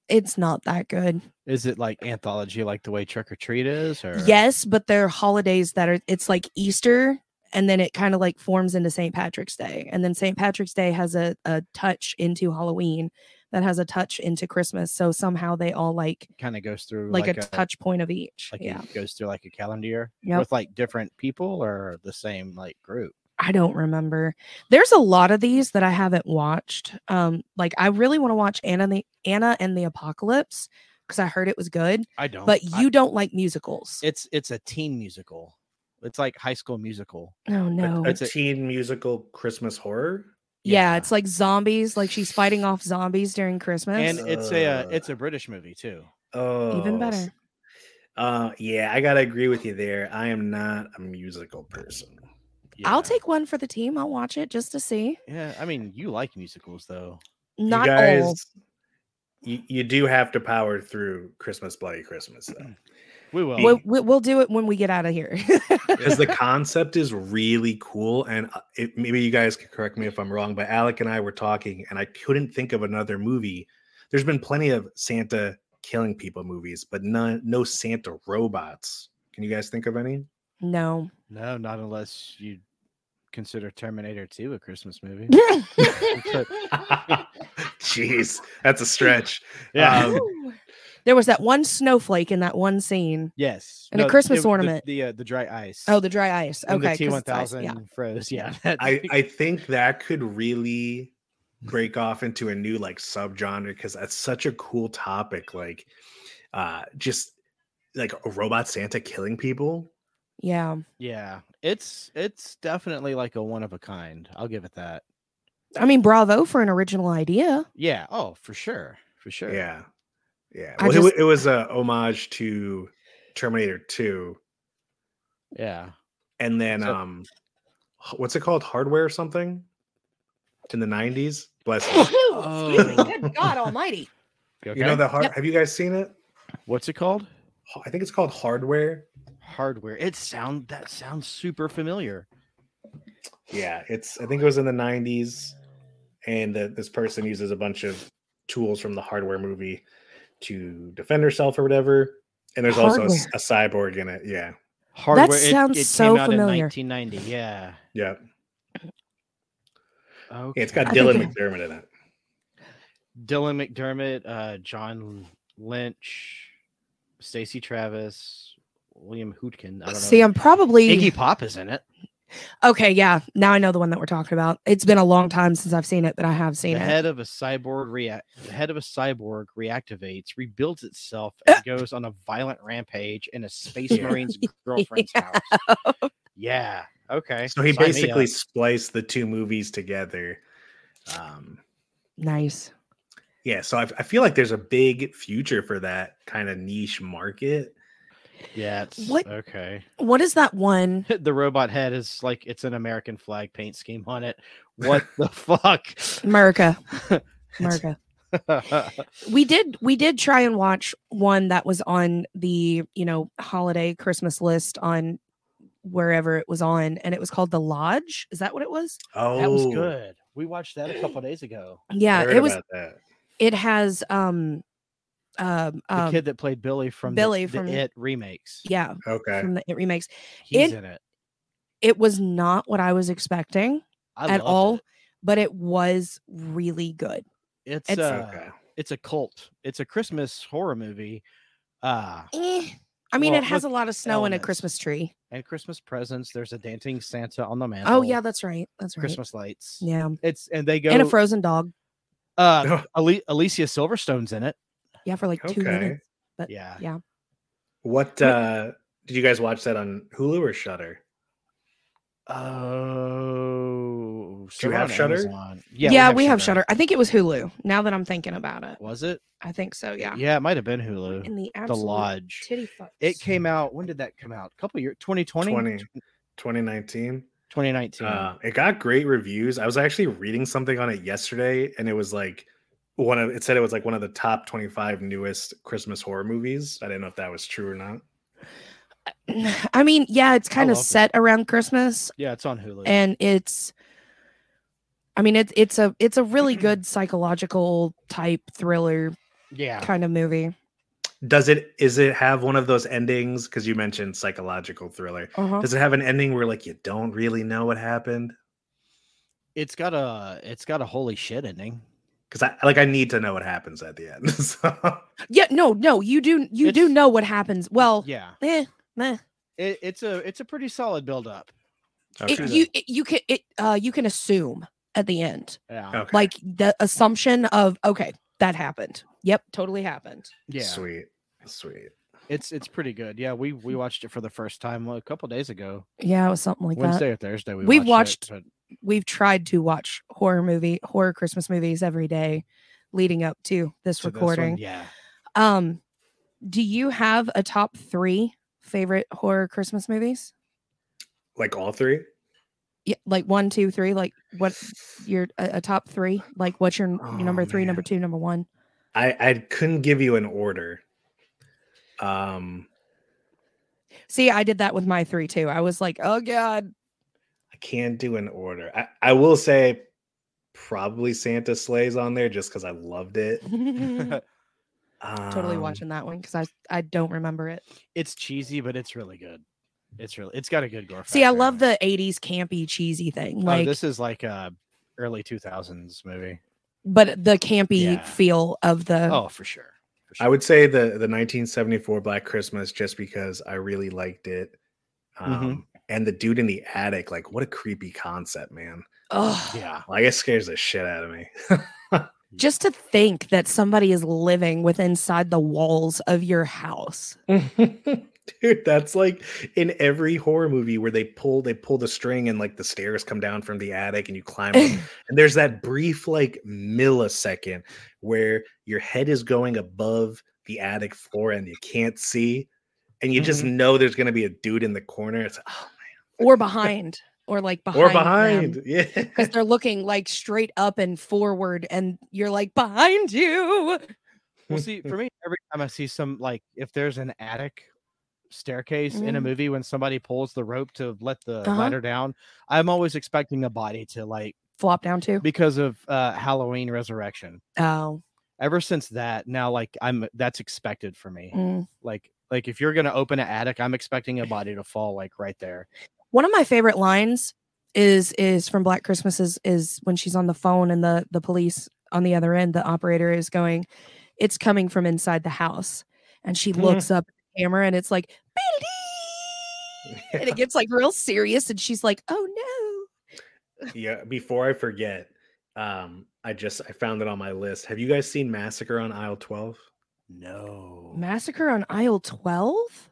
Speaker 2: it's not that good
Speaker 1: Is it like anthology like the way trick or treat is or
Speaker 2: yes but they're holidays that are it's like easter and then it kind of like forms into st patrick's day and then st patrick's day has a, a touch into halloween that has a touch into christmas so somehow they all like
Speaker 1: kind of goes through
Speaker 2: like, a, touch point of each
Speaker 1: like
Speaker 2: yeah
Speaker 1: it goes through like a calendar year
Speaker 2: Yep.
Speaker 1: with like different people or the same like group.
Speaker 2: i don't remember there's a lot of these that i haven't watched um like i really want to watch anna and the anna and the apocalypse because i heard it was good
Speaker 1: I don't
Speaker 2: but
Speaker 1: Oh, I-
Speaker 2: you don't like musicals
Speaker 1: it's it's a teen musical. It's like high school musical.
Speaker 2: oh no
Speaker 3: a,
Speaker 1: It's a-
Speaker 3: teen musical Christmas horror.
Speaker 2: yeah,
Speaker 1: yeah.
Speaker 2: it's like zombies like she's fighting off zombies during christmas
Speaker 1: And it's a uh,
Speaker 3: Uh,
Speaker 1: it's a British movie too.
Speaker 3: Oh,
Speaker 2: even
Speaker 3: s-
Speaker 2: better.
Speaker 3: Uh, yeah, I gotta agree with you there. I am not a musical person.
Speaker 1: Yeah.
Speaker 2: I'll take one for the team. I'll watch it just to see.
Speaker 1: Yeah, I mean, you like musicals though.
Speaker 2: Not
Speaker 3: you guys,
Speaker 2: all.
Speaker 3: You, you do have to power through Christmas Bloody Christmas though,
Speaker 1: We will.
Speaker 2: We'll, we- we'll do it when we get out of here.
Speaker 3: because the concept is really cool. And uh, it, maybe you guys can correct me if I'm wrong, but Alec and I were talking, and I couldn't think of another movie. There's been plenty of Santa killing people movies, but none, no Santa robots. Can you guys think of any?
Speaker 2: no.
Speaker 1: no, not unless you consider Terminator 2 a Christmas movie.
Speaker 3: Jeez, that's a stretch.
Speaker 1: Yeah.
Speaker 3: Um,
Speaker 2: Ooh. there was that one snowflake in that one scene.
Speaker 1: yes.
Speaker 2: And a
Speaker 1: No,
Speaker 2: Christmas
Speaker 1: the- the-
Speaker 2: ornament.
Speaker 1: The, uh, the dry ice.
Speaker 2: Oh, the dry ice.
Speaker 1: When
Speaker 2: Okay.
Speaker 1: The
Speaker 2: 'cause it's ice,
Speaker 1: T1000
Speaker 2: Yeah.
Speaker 1: froze. Yeah. that-
Speaker 3: I, I think that could really break off into a new like subgenre because that's such a cool topic. Like, uh, just like a robot Santa killing people.
Speaker 2: Yeah.
Speaker 1: yeah. It's it's definitely like a one of a kind. I'll give it that.
Speaker 2: I mean, bravo for an original idea.
Speaker 1: Yeah. Oh, for sure. For sure.
Speaker 3: Yeah. Yeah.
Speaker 2: I
Speaker 3: Well, it wa-
Speaker 2: just-
Speaker 3: it was a homage to Terminator 2
Speaker 1: Yeah.
Speaker 3: and then
Speaker 1: So-
Speaker 3: um h- what's it called? Hardware or something? In the 90s? Bless you.
Speaker 1: Oh.
Speaker 2: Good God Almighty!
Speaker 1: You
Speaker 3: You know
Speaker 1: okay?
Speaker 3: the hard
Speaker 2: Yep.
Speaker 3: have you guys seen it?
Speaker 1: What's it called?
Speaker 3: H- I think it's called Hardware.
Speaker 1: Hardware. It sound that sounds super familiar.
Speaker 3: Yeah, it's I think it was in the 90s and the, this person uses a bunch of tools from the Hardware movie to defend herself or whatever. And there's also a s- a, cyborg in it. Yeah.
Speaker 1: Hardware. it-
Speaker 2: sounds
Speaker 1: it,
Speaker 2: so
Speaker 1: came out
Speaker 2: familiar.
Speaker 1: in 1990. Yeah.
Speaker 3: Yeah.
Speaker 1: Okay.
Speaker 3: yeah it's got
Speaker 2: I
Speaker 3: Dylan
Speaker 2: think
Speaker 3: McDermott in it.
Speaker 1: Dylan McDermott, uh, John Lynch, Stacy Travis, William Hootkin. I don't know.
Speaker 2: See, I'm probably
Speaker 1: Iggy Pop is in it.
Speaker 2: okay. Yeah, now I know the one that we're talking about. It's been a long time since I've seen it, but I have
Speaker 1: The
Speaker 2: seen it.
Speaker 1: head of a cyborg react. The head of a cyborg reactivates, rebuilds itself, and goes on a violent rampage in a space
Speaker 3: Yeah.
Speaker 1: marine's girlfriend's house. Yeah. Okay.
Speaker 3: So he
Speaker 1: Sign me
Speaker 3: basically
Speaker 1: up.
Speaker 3: spliced the two movies together. Um,
Speaker 2: Nice.
Speaker 3: yeah, so I, I feel like there's a big future for that kind of niche market.
Speaker 1: Yeah. It's,
Speaker 2: What-
Speaker 1: Okay.
Speaker 2: What is that one?
Speaker 1: the robot head is like it's an American flag paint scheme on it. What the fuck?
Speaker 2: America. America. we did we did try and watch one that was on the you know holiday christmas list on wherever it was on and it was called the lodge is that what it was
Speaker 3: Oh,
Speaker 1: That was good. We watched that a couple days ago.
Speaker 3: I
Speaker 2: yeah
Speaker 3: heard
Speaker 2: it was
Speaker 3: about that.
Speaker 2: it has um um,
Speaker 1: The
Speaker 2: um
Speaker 1: kid that played Billy from
Speaker 2: Billy
Speaker 1: the, the
Speaker 2: from-
Speaker 1: It remakes.
Speaker 2: yeah
Speaker 3: Okay.
Speaker 2: from the it remakes
Speaker 1: He's
Speaker 2: It-
Speaker 1: in it.
Speaker 2: it was not what i was expecting
Speaker 1: I
Speaker 2: at
Speaker 1: loved
Speaker 2: all
Speaker 1: it.
Speaker 2: but it was really good
Speaker 1: It's
Speaker 2: it's-
Speaker 1: uh,
Speaker 3: okay.
Speaker 1: it's a cult. It's a Christmas horror movie. Uh
Speaker 2: Eh, i mean
Speaker 1: Well,
Speaker 2: it has a
Speaker 1: look,
Speaker 2: lot of snow and
Speaker 1: elements.
Speaker 2: a christmas tree
Speaker 1: and Christmas presents. There's a dancing Santa on the mantle.
Speaker 2: oh yeah that's right that's right
Speaker 1: Christmas lights.
Speaker 2: yeah
Speaker 1: It's and they go
Speaker 2: and a frozen dog
Speaker 1: uh Ale- Alicia Silverstone's in it.
Speaker 2: yeah for like two
Speaker 3: Okay.
Speaker 2: minutes But-
Speaker 1: Yeah.
Speaker 3: What uh, did you guys watch that on Hulu or Shutter?
Speaker 1: Oh, so
Speaker 3: you
Speaker 1: we're
Speaker 3: have
Speaker 1: on
Speaker 3: Shudder?
Speaker 1: Amazon.
Speaker 2: Yeah, we have
Speaker 1: Shudder.
Speaker 2: Shutter. I think it was Hulu. Now that I'm thinking about it,
Speaker 1: Was it?
Speaker 2: I think so. Yeah.
Speaker 1: Yeah, it might have been Hulu.
Speaker 2: In the
Speaker 1: The
Speaker 2: absolute
Speaker 1: Lodge.
Speaker 2: titty fucks.
Speaker 1: It came out. When did that come out? A couple years. 2020?
Speaker 3: 20, 2019.
Speaker 1: 2019.
Speaker 3: Uh, it got great reviews. I was actually reading something on it yesterday, and it was like one of it said it was like one of the top 25 newest Christmas horror movies. I didn't know if that was true or not.
Speaker 2: I mean, yeah, it's kind of
Speaker 1: love it.
Speaker 2: set around Christmas,
Speaker 1: yeah, it's on Hulu.
Speaker 2: and it's. I mean, it's it's a it's a really good psychological type thriller
Speaker 1: yeah.
Speaker 2: kind of movie.
Speaker 3: Does it is it have one of those endings? Because you mentioned psychological thriller.
Speaker 2: Uh-huh.
Speaker 3: Does it have an ending where like you don't really know what happened?
Speaker 1: It's got a it's got a holy shit ending.
Speaker 3: Because I like I need to know what happens at the end. so
Speaker 2: Yeah, no, no, you do you do
Speaker 1: It's-
Speaker 2: know what happens. Well,
Speaker 1: Yeah.
Speaker 2: eh, meh.
Speaker 1: It, it's a it's a pretty solid build up.
Speaker 2: It-
Speaker 3: Okay.
Speaker 2: you it, you can it uh you can assume at the end,
Speaker 1: Yeah.
Speaker 3: Okay.
Speaker 2: like the assumption of okay that happened. Yep, totally happened.
Speaker 1: Yeah.
Speaker 3: sweet, sweet.
Speaker 1: It's it's pretty good. Yeah, we we watched it for the first time a couple days ago.
Speaker 2: Yeah, it was something like that.
Speaker 1: Wednesday or Thursday we
Speaker 2: We've
Speaker 1: watched, it,
Speaker 2: We've tried to watch horror movie, horror Christmas movies every day leading up to this
Speaker 1: but to this one,
Speaker 2: recording.
Speaker 1: yeah.
Speaker 2: Um do you have a top 3 favorite horror Christmas movies?
Speaker 3: Like all three.
Speaker 2: Yeah, like one, two, three. Like what your a, a top three? Like what's your, n- your
Speaker 3: Oh,
Speaker 2: number three,
Speaker 3: man.
Speaker 2: number two, number one?
Speaker 3: I I couldn't give you an order. Um,
Speaker 2: See, I did that with my three too. I was like, oh god,
Speaker 3: I can't do an order. I I will say probably Santa Sleigh's on there just because I loved it.
Speaker 2: totally
Speaker 3: Um,
Speaker 2: watching that one because I I don't remember it.
Speaker 1: it's cheesy, but it's really good. It's really it's got a good gore.
Speaker 2: See, I
Speaker 1: factor in
Speaker 2: love
Speaker 1: it.
Speaker 2: the '80s campy cheesy thing.
Speaker 1: oh,
Speaker 2: Like
Speaker 1: this is like a early two thousands movie.
Speaker 2: but the campy
Speaker 1: Yeah.
Speaker 2: feel of the
Speaker 1: Oh, for sure. For sure.
Speaker 3: I would say the the 1974 Black Christmas just because I really liked it. Um,
Speaker 1: Mhm.
Speaker 3: And the dude in the attic, like, what a creepy concept, man!
Speaker 2: ugh.
Speaker 1: Yeah.
Speaker 3: Like, it scares the shit out of me.
Speaker 2: just to think that somebody is living with inside the walls of your house
Speaker 3: Dude, that's like in every horror movie where they pull they pull the string and like the stairs come down from the attic and you climb up. and there's that brief like millisecond where your head is going above the attic floor and you can't see and you just know there's going to be a dude in the corner. It's oh,
Speaker 2: or behind or like behind
Speaker 3: or behind. Yeah.
Speaker 2: because they're looking like straight up and forward and you're like behind you
Speaker 1: Well, see, for me, every time I see some like if there's an attic staircase in a
Speaker 2: Mm.
Speaker 1: movie when somebody pulls the rope to let the
Speaker 2: Uh-huh.
Speaker 1: ladder down, I'm always expecting a body to like
Speaker 2: flop down to
Speaker 1: because of uh Halloween Resurrection.
Speaker 2: oh
Speaker 1: Ever since that, now like I'm that's expected for me.
Speaker 2: mm.
Speaker 1: Like like if you're gonna open an attic, I'm expecting a body to fall like right there.
Speaker 2: one of my favorite lines is is from black christmases is when she's on the phone and the the police on the other end the operator is going it's coming from inside the house and she looks up at the camera and it's like "Billy!" and it gets like real serious and she's like oh
Speaker 3: yeah before i forget um i just i found it on my list have you guys seen massacre on aisle 12
Speaker 1: No.
Speaker 2: no massacre on aisle 12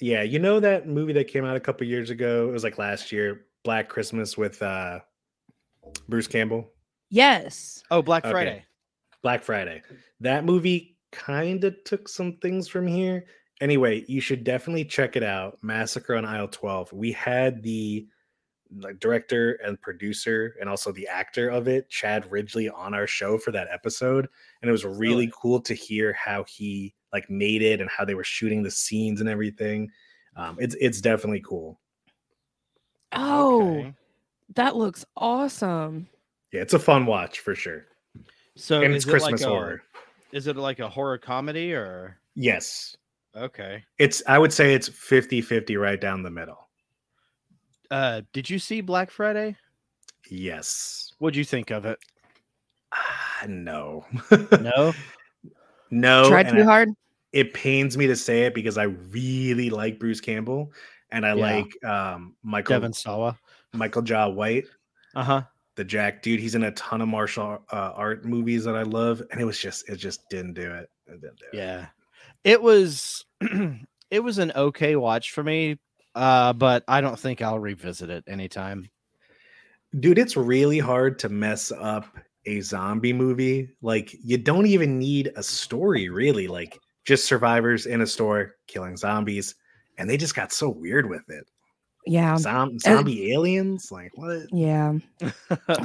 Speaker 3: yeah you know that movie that came out a couple years ago it was like last year black christmas with uh bruce campbell
Speaker 2: yes
Speaker 1: Oh, Black
Speaker 3: Okay.
Speaker 1: Friday.
Speaker 3: black friday that movie kind of took some things from here anyway you should definitely check it out massacre on aisle 12 we had the like director and producer and also the actor of it chad ridgely on our show for that episode and it was really
Speaker 1: Really?
Speaker 3: cool to hear how he like made it and how they were shooting the scenes and everything um it's it's definitely cool
Speaker 2: oh
Speaker 1: Okay.
Speaker 2: that looks awesome
Speaker 3: yeah it's a fun watch for sure
Speaker 1: So
Speaker 3: and it's
Speaker 1: is it like uh,
Speaker 3: christmas
Speaker 1: a-
Speaker 3: horror
Speaker 1: Is it like a horror comedy or
Speaker 3: yes
Speaker 1: okay?
Speaker 3: it's i would say it's 50 50 right down the middle
Speaker 1: Uh, did you see Black Friday?
Speaker 3: Yes.
Speaker 1: What'd you think of it?
Speaker 3: Ah, no.
Speaker 1: No.
Speaker 3: no.
Speaker 2: try
Speaker 3: Oh, and
Speaker 2: too
Speaker 3: I-
Speaker 2: hard
Speaker 3: it pains me to say it because I really like Bruce Campbell and I
Speaker 1: Yeah.
Speaker 3: like um, Michael
Speaker 1: Devin Sawa.
Speaker 3: Michael Jaw White,
Speaker 1: Uh
Speaker 3: Uh-huh.
Speaker 1: huh.
Speaker 3: the Jack dude. He's in a ton of martial uh, art movies that I love, and it was just it just didn't do it. It didn't do it.
Speaker 1: Yeah. It was it was an okay watch for me, uh, but I don't think I'll revisit it anytime.
Speaker 3: dude it's really hard to mess up a zombie movie like you don't even need a story really like just survivors in a store killing zombies and they just got so weird with it
Speaker 2: yeah
Speaker 3: Zom- zombie aliens like what
Speaker 2: yeah it's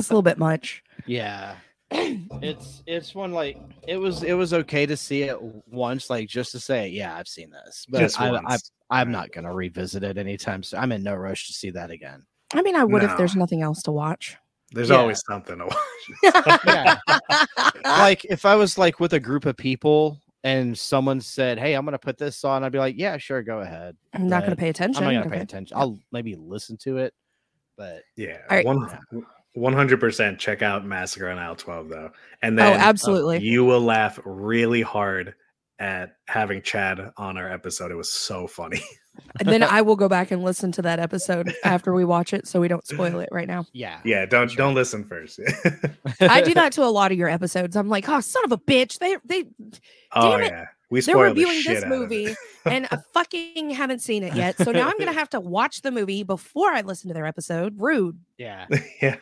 Speaker 2: a little bit much
Speaker 1: yeah. It's it's one like it was it was okay to see it once, like just to say, yeah, I've seen this, but
Speaker 3: just
Speaker 1: I, I
Speaker 3: once.
Speaker 1: I'm not gonna revisit it anytime soon. I'm in no rush to see that again.
Speaker 2: i mean i would if
Speaker 3: No.
Speaker 2: there's nothing else to watch
Speaker 3: there's
Speaker 1: yeah.
Speaker 3: always something to watch
Speaker 1: Yeah. like if I was like with a group of people and someone said, Hey, I'm gonna put this on, I'd be like, Yeah, sure, go ahead.
Speaker 2: I'm not going
Speaker 1: Right.
Speaker 2: to pay attention.
Speaker 1: I'm not gonna
Speaker 2: Okay.
Speaker 1: pay attention. I'll maybe listen to it, but
Speaker 3: yeah
Speaker 2: All right.
Speaker 3: one, 100% check out massacre on aisle 12 though and
Speaker 2: Oh,
Speaker 3: then uh,
Speaker 2: absolutely.
Speaker 3: you will laugh really hard at having chad on our episode it was so funny
Speaker 2: and then I will go back and listen to that episode after we watch it so we don't spoil it right now.
Speaker 1: yeah.
Speaker 3: yeah don't
Speaker 1: sure.
Speaker 3: don't listen first
Speaker 2: I do that to a lot of your episodes. I'm like, oh, son of a bitch. They they
Speaker 3: Oh
Speaker 2: Damn it.
Speaker 3: yeah, we
Speaker 2: they're
Speaker 3: spoiled the
Speaker 2: reviewing
Speaker 3: shit
Speaker 2: this
Speaker 3: out of it.
Speaker 2: movie and I fucking haven't seen it yet. So now I'm gonna have to watch the movie before I listen to their episode. Rude.
Speaker 1: yeah.
Speaker 3: yeah,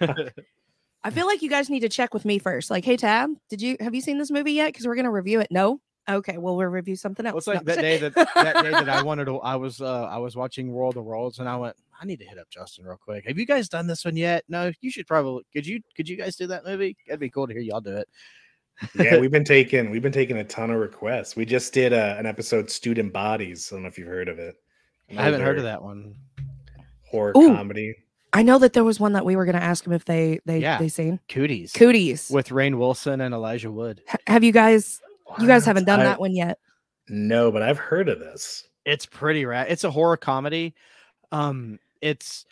Speaker 2: I feel like you guys need to check with me first. Like, hey Tab, did you have you seen this movie yet? Because we're gonna review it. No? Okay, well, we'll review something else.
Speaker 1: Well, it's like
Speaker 2: No.
Speaker 1: that day that that day that I wanted to. I was uh, I was watching World of the Worlds, and I went. I need to hit up Justin real quick. Have you guys done this one yet? No, you should probably. Could you could you guys do that movie? That'd be cool to hear y'all do it.
Speaker 3: yeah. We've been taking we've been taking a ton of requests. We just did uh an episode, Student Bodies. I don't know if you've heard of it.
Speaker 1: I haven't heard of
Speaker 3: Another
Speaker 1: that one.
Speaker 3: horror
Speaker 2: Ooh.
Speaker 3: comedy.
Speaker 2: I know that there was one that we were gonna ask them if they they
Speaker 1: Yeah.
Speaker 2: they seen.
Speaker 1: Cooties
Speaker 2: Cooties.
Speaker 1: with Rain Wilson and Elijah Wood.
Speaker 2: H- have you guys you guys
Speaker 3: What?
Speaker 2: haven't done
Speaker 3: I-
Speaker 2: that one yet
Speaker 3: No, but I've heard of this.
Speaker 1: It's pretty rad. It's a horror comedy. Um, it's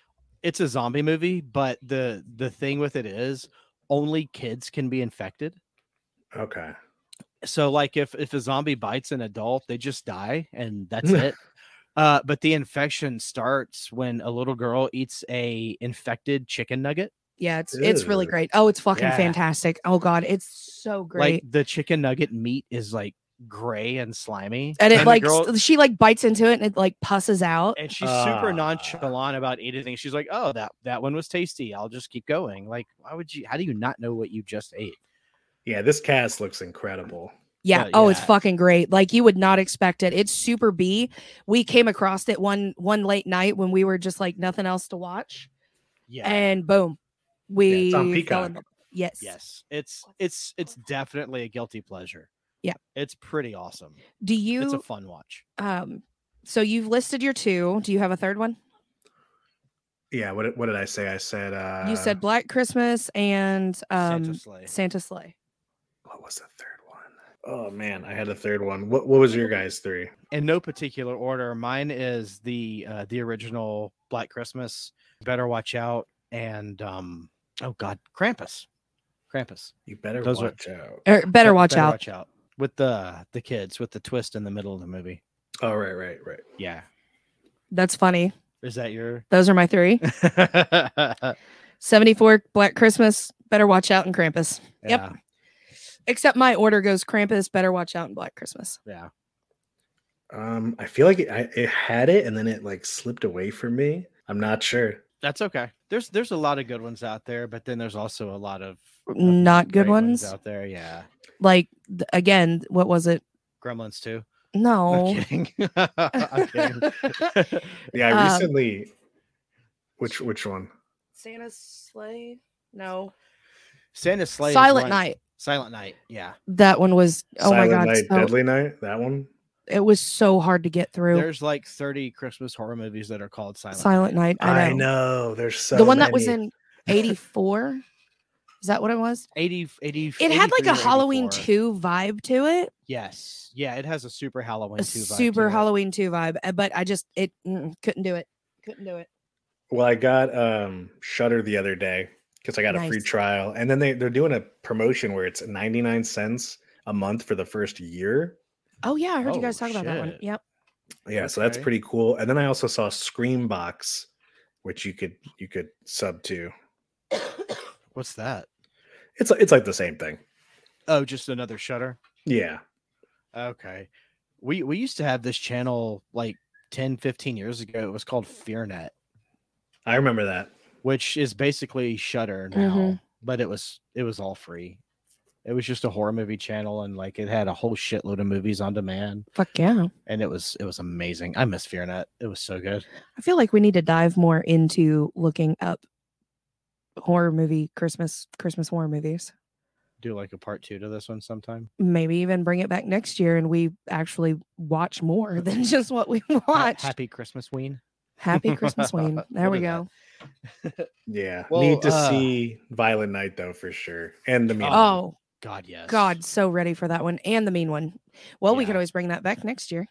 Speaker 1: it's a zombie movie, but the the thing with it is only kids can be infected.
Speaker 3: Okay,
Speaker 1: so like if if a zombie bites an adult they just die and that's it uh but the infection starts when a little girl eats a infected chicken nugget
Speaker 2: yeah it's it's really
Speaker 3: Ew.
Speaker 2: great oh it's fucking
Speaker 1: Yeah.
Speaker 2: fantastic oh god it's so great
Speaker 1: like the chicken nugget meat is like gray and slimy.
Speaker 2: and it
Speaker 1: the
Speaker 2: like
Speaker 1: girl-
Speaker 2: s- she like bites into it and it like pusses out.
Speaker 1: and she's super
Speaker 3: Ah.
Speaker 1: nonchalant about eating things. She's like, "Oh, that that one was tasty. I'll just keep going." Like, why would you? How do you not know what you just ate?
Speaker 3: Yeah, this cast looks incredible.
Speaker 2: Yeah.
Speaker 1: Uh,
Speaker 2: oh, it's
Speaker 1: yeah.
Speaker 2: fucking great. Like you would not expect it. It's super B. We came across it one one late night when we were just like nothing else to watch,
Speaker 1: Yeah.
Speaker 2: and boom, we
Speaker 3: it's on
Speaker 2: fell in
Speaker 3: Peacock.
Speaker 2: love. Yes.
Speaker 1: yes. It's it's it's definitely a guilty pleasure.
Speaker 2: Yeah.
Speaker 1: It's pretty awesome.
Speaker 2: Do you?
Speaker 1: it's a fun watch.
Speaker 2: um. So you've listed your two. Do you have a third one?
Speaker 3: Yeah, what did- what did I say? I said uh
Speaker 2: you said Black Christmas and um
Speaker 1: Santa
Speaker 2: Santa
Speaker 1: Slay.
Speaker 2: Sleigh.
Speaker 3: what was the third one? Oh man, I had a third one. What what was your guys' three?
Speaker 1: In no particular order, mine is the uh, the original Black Christmas, Better Watch Out, and um oh god, Krampus, Krampus.
Speaker 3: You better
Speaker 1: Those are-
Speaker 3: watch out.
Speaker 2: Or Er, better
Speaker 1: Bet-
Speaker 2: watch out.
Speaker 1: Watch out with the the kids with the twist in the middle of the movie.
Speaker 3: Oh right, right, right.
Speaker 1: Yeah,
Speaker 2: That's funny.
Speaker 1: is that your?
Speaker 2: Those are my three.
Speaker 1: yeah.
Speaker 2: 74 Black Christmas, Better Watch Out, and Krampus. Yep. Except my order goes Krampus, Better Watch Out, and Black Christmas.
Speaker 1: Yeah.
Speaker 3: Um, I feel like it, I, it had it and then it like slipped away from me. I'm not sure.
Speaker 1: That's okay. There's there's a lot of good ones out there, but then there's also a lot of of
Speaker 2: Not good
Speaker 1: great
Speaker 2: ones.
Speaker 1: out there. Yeah,
Speaker 2: Like, th- again, what was it?
Speaker 1: Gremlins too.
Speaker 2: No.
Speaker 1: I'm kidding. I'm kidding.
Speaker 3: Yeah, I
Speaker 2: Um,
Speaker 3: recently. Which which one?
Speaker 2: Santa's Sleigh? No.
Speaker 1: Santa's Slay. is
Speaker 2: Silent
Speaker 1: one.
Speaker 2: Night.
Speaker 1: Silent Night. Yeah.
Speaker 2: That one was, oh my God.
Speaker 3: Night,
Speaker 2: so-
Speaker 3: Deadly Night. That one.
Speaker 2: it was so hard to get through.
Speaker 1: There's like 30 Christmas horror movies that are called Silent.
Speaker 2: Silent Night. I know.
Speaker 3: There's so
Speaker 2: the one that was
Speaker 3: many.
Speaker 2: in 84. Is that what it was?
Speaker 1: 80 80
Speaker 2: It had like
Speaker 1: 83 or
Speaker 2: a Halloween
Speaker 1: 84.
Speaker 2: 2 vibe to it.
Speaker 1: Yes. Yeah, it has a super Halloween
Speaker 2: a
Speaker 1: 2 vibe
Speaker 2: super
Speaker 1: to it.
Speaker 2: Halloween 2 vibe, uh, but I just it mm, couldn't do it. Couldn't do it.
Speaker 3: Well, I got um Shutter the other day because I got a free
Speaker 2: Nice.
Speaker 3: trial, and then they they're doing a promotion where it's 99 cents a month for the first year.
Speaker 2: Oh yeah, I heard you guys
Speaker 1: Oh,
Speaker 2: talk about that one.
Speaker 1: shit.
Speaker 2: Yep.
Speaker 3: Yeah, so that's
Speaker 1: Okay.
Speaker 3: pretty cool. And then I also saw Screambox, which you could you could sub to.
Speaker 1: What's that?
Speaker 3: It's it's like the same thing.
Speaker 1: Oh, just another shutter.
Speaker 3: Yeah.
Speaker 1: Okay. We we used to have this channel like 10 15 years ago. It was called FearNet,
Speaker 3: I remember that.
Speaker 1: which is basically Shutter now,
Speaker 2: Mhm.
Speaker 1: but it was it was all free. It was just a horror movie channel and like it had a whole shitload of movies on demand
Speaker 2: Fuck yeah.
Speaker 1: and it was it was amazing. I miss FearNet. It was so good.
Speaker 2: I feel like we need to dive more into looking up horror movie Christmas Christmas horror movies.
Speaker 1: Do like a part 2 to this one sometime.
Speaker 2: Maybe even bring it back next year and we actually watch more than just what we
Speaker 1: Ha-
Speaker 2: watched. Happy,
Speaker 1: Happy Christmas Ween.
Speaker 2: Christmas Ween. There we
Speaker 1: Look at
Speaker 2: go.
Speaker 3: Yeah.
Speaker 1: Well,
Speaker 3: Need to
Speaker 1: uh,
Speaker 3: see Violent Night though for sure. And the mean One.
Speaker 2: Oh
Speaker 1: God, yes.
Speaker 2: God, so ready for that one and the mean one. Well, we could
Speaker 1: Yeah.
Speaker 2: always bring that back next year.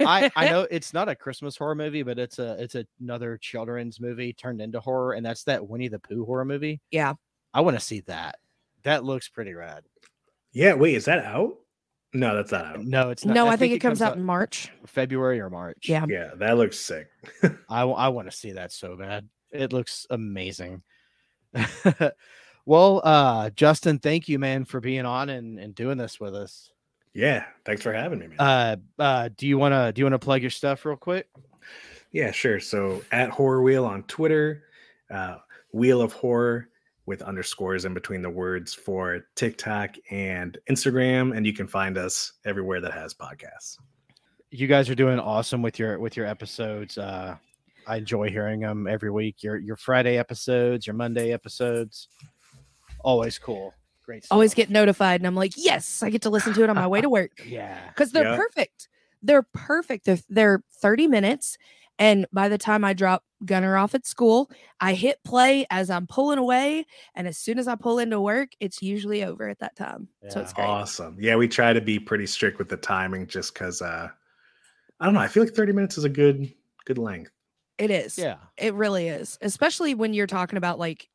Speaker 1: I, I know it's not a Christmas horror movie, but it's a it's another children's movie turned into horror, and that's that Winnie the Pooh horror movie.
Speaker 2: Yeah.
Speaker 1: I want to see that. That looks pretty rad. Oh,
Speaker 3: Yeah, wait, is that out? No, that's not out.
Speaker 1: No, it's not.
Speaker 2: No, I, think, it comes out in March.
Speaker 1: February or March.
Speaker 2: Yeah.
Speaker 3: Yeah, that looks sick.
Speaker 1: I want to see that so bad. It looks amazing. well, uh, Justin, thank you, man, for being on and, and doing this with us.
Speaker 3: Yeah, thanks for having me, man.
Speaker 1: Uh, uh, do you wanna do you wanna plug your stuff real quick?
Speaker 3: Yeah, sure. So at Horror Wheel on Twitter, uh, Wheel of Horror with underscores in between the words for TikTok and Instagram, and you can find us everywhere that has podcasts.
Speaker 1: you guys are doing awesome with your with your episodes uh i enjoy hearing them every week your your friday episodes your monday episodes always cool great stuff.
Speaker 2: always get notified and I'm like, yes, I get to listen to it on my way to work
Speaker 1: yeah
Speaker 2: because they're
Speaker 3: Yeah.
Speaker 2: perfect. They're perfect. They're, they're 30 minutes. And by the time I drop Gunner off at school, I hit play as I'm pulling away. And as soon as I pull into work, it's usually over at that time. So
Speaker 1: Yeah.
Speaker 2: it's great.
Speaker 3: Awesome. Yeah, we try to be pretty strict with the timing just because uh I don't know. I feel like 30 minutes is a good good length.
Speaker 2: It is.
Speaker 1: yeah
Speaker 2: It really is. Especially when you're talking about like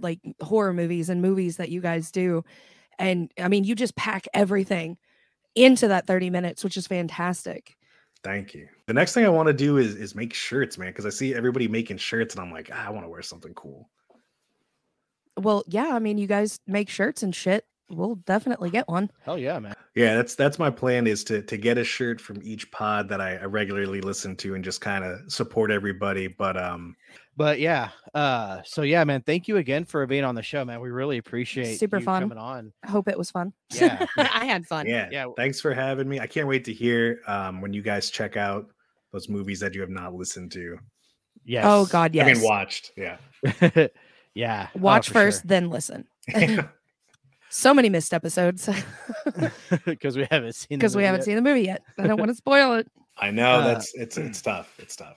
Speaker 2: like horror movies and movies that you guys do. And I mean, you just pack everything into that 30 minutes, which is fantastic.
Speaker 3: Thank you. The next thing I want to do is is make shirts, man, because I see everybody making shirts and I'm like, "Ah, I want to wear something cool.
Speaker 2: Well, yeah, I mean, you guys make shirts and shit. we'll definitely get one.
Speaker 1: Hell yeah, man.
Speaker 3: Yeah, that's that's my plan is to to get a shirt from each pod that I, I regularly listen to and just kind of support everybody. But um,
Speaker 1: But yeah, uh, so yeah, man. Thank you again for being on the show, man. We really appreciate
Speaker 2: Super
Speaker 1: you
Speaker 2: fun.
Speaker 1: coming on.
Speaker 2: I hope it was fun.
Speaker 1: Yeah.
Speaker 2: I had fun.
Speaker 3: yeah,
Speaker 1: Yeah.
Speaker 3: thanks for having me. I can't wait to hear um when you guys check out those movies that you have not listened to.
Speaker 1: Yes.
Speaker 2: Oh God, yes.
Speaker 3: I mean, watched. Yeah.
Speaker 1: god. yeah. oh,
Speaker 2: Watch
Speaker 1: for
Speaker 2: first, then listen. So many missed episodes
Speaker 1: because we haven't seen the
Speaker 2: because we
Speaker 1: movie
Speaker 2: haven't
Speaker 1: yet.
Speaker 2: seen the movie yet. I don't want to spoil it.
Speaker 3: I know
Speaker 1: Uh,
Speaker 3: that's it's it's tough. It's tough.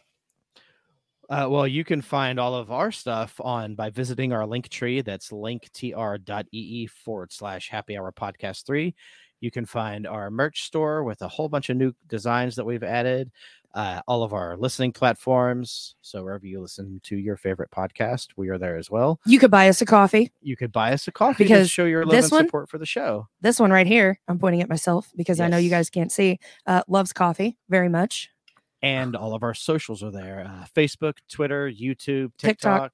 Speaker 1: Uh, well, you can find all of our stuff on by visiting our link tree. That's linktr.ee forward slash happy hour podcast three. You can find our merch store with a whole bunch of new designs that we've added, uh, all of our listening platforms. So, wherever you listen to your favorite podcast, we are there as well.
Speaker 2: You could buy us a coffee.
Speaker 1: You could buy us a coffee to
Speaker 2: Because
Speaker 1: show your love
Speaker 2: this
Speaker 1: and
Speaker 2: one-
Speaker 1: support for the show.
Speaker 2: This one right here, I'm pointing at myself because I know you
Speaker 1: Yes.
Speaker 2: guys can't see. Uh, loves coffee very much.
Speaker 1: And all of our socials are there uh, Facebook, Twitter, YouTube, TikTok,
Speaker 2: TikTok,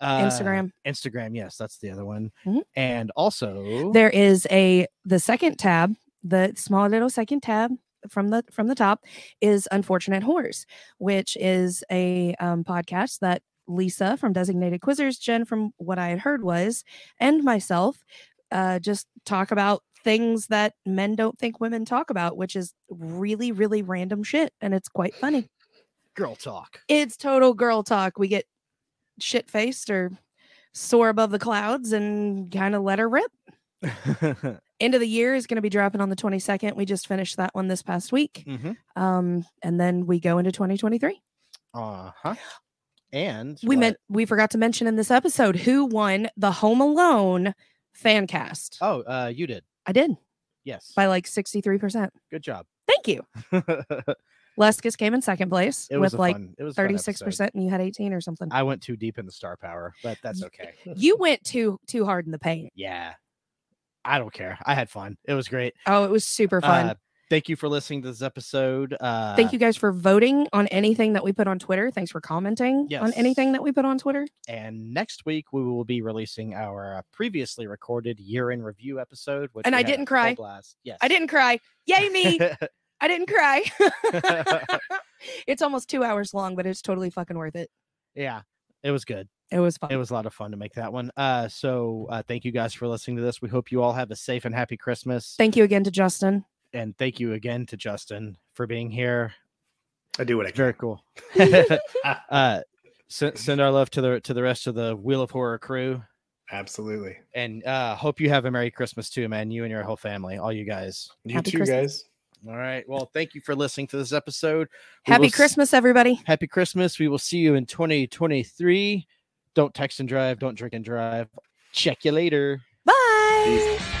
Speaker 1: uh,
Speaker 2: Instagram.
Speaker 1: Instagram, yes, that's the other one.
Speaker 2: Mhm.
Speaker 1: And also,
Speaker 2: There is a the second tab, the small little second tab from the from the top is Unfortunate Horrors, which is a um, podcast that Lisa from Designated Quizzers, Jen from What I Had Heard Was, and myself uh, just talk about things that men don't think women talk about, which is really really random shit, and it's quite funny.
Speaker 1: girl talk.
Speaker 2: it's total girl talk. We get shit faced or soar above the clouds and kind of let her rip.
Speaker 1: Mm-hmm.
Speaker 2: End of the year is going to be dropping on the 22nd. We just finished that one this past week.
Speaker 1: Mhm.
Speaker 2: Um, and then we go into 2023.
Speaker 1: Uh-huh. And
Speaker 2: We
Speaker 1: what-
Speaker 2: meant we forgot to mention in this episode who won the Home Alone fan cast.
Speaker 1: Oh, uh, you did.
Speaker 2: I did
Speaker 1: Yes.
Speaker 2: by like 63%.
Speaker 1: Good job.
Speaker 2: Thank you.
Speaker 1: it
Speaker 2: Leskis came in second place
Speaker 1: was
Speaker 2: with
Speaker 1: a
Speaker 2: like
Speaker 1: fun. It was a fun episode.
Speaker 2: 36% and you had 18 or something.
Speaker 1: I went too deep in the star power, but that's
Speaker 2: Y-
Speaker 1: okay.
Speaker 2: you went too too hard in the paint.
Speaker 1: Yeah. I don't care. I had fun. It was great.
Speaker 2: Oh, it was super fun.
Speaker 1: Uh, thank you for listening to this episode. Uh,
Speaker 2: Thank you guys for voting on anything that we put on Twitter. Thanks for commenting on
Speaker 1: Yes.
Speaker 2: anything that we put on Twitter.
Speaker 1: And next week we will be releasing our uh, previously recorded year in review episode. Which
Speaker 2: And
Speaker 1: we
Speaker 2: I
Speaker 1: had a
Speaker 2: didn't
Speaker 1: full
Speaker 2: cry.
Speaker 1: Blast. Yes,
Speaker 2: I didn't cry. Yay me. I didn't cry. it's almost 2 hours long, but it's totally fucking worth it.
Speaker 1: yeah, it was good.
Speaker 2: It was fun.
Speaker 1: it was a lot of fun to make that one uh so uh thank you guys for listening to this we hope you all have a safe and happy christmas
Speaker 2: Thank you again to Justin.
Speaker 1: and thank you again to justin for being here
Speaker 3: I do what I can.
Speaker 1: very cool uh send, send our love to the to the rest of the wheel of horror crew
Speaker 3: Absolutely.
Speaker 1: and uh hope you have a merry christmas too man you and your whole family all you guys
Speaker 3: You
Speaker 2: Happy
Speaker 3: too,
Speaker 2: Christmas.
Speaker 3: guys.
Speaker 1: all right well thank you for listening to this episode We will
Speaker 2: Happy
Speaker 1: s-
Speaker 2: Christmas, everybody.
Speaker 1: happy christmas we will see you in 2023 don't text and drive don't drink and drive check you later
Speaker 2: Bye.
Speaker 3: Peace.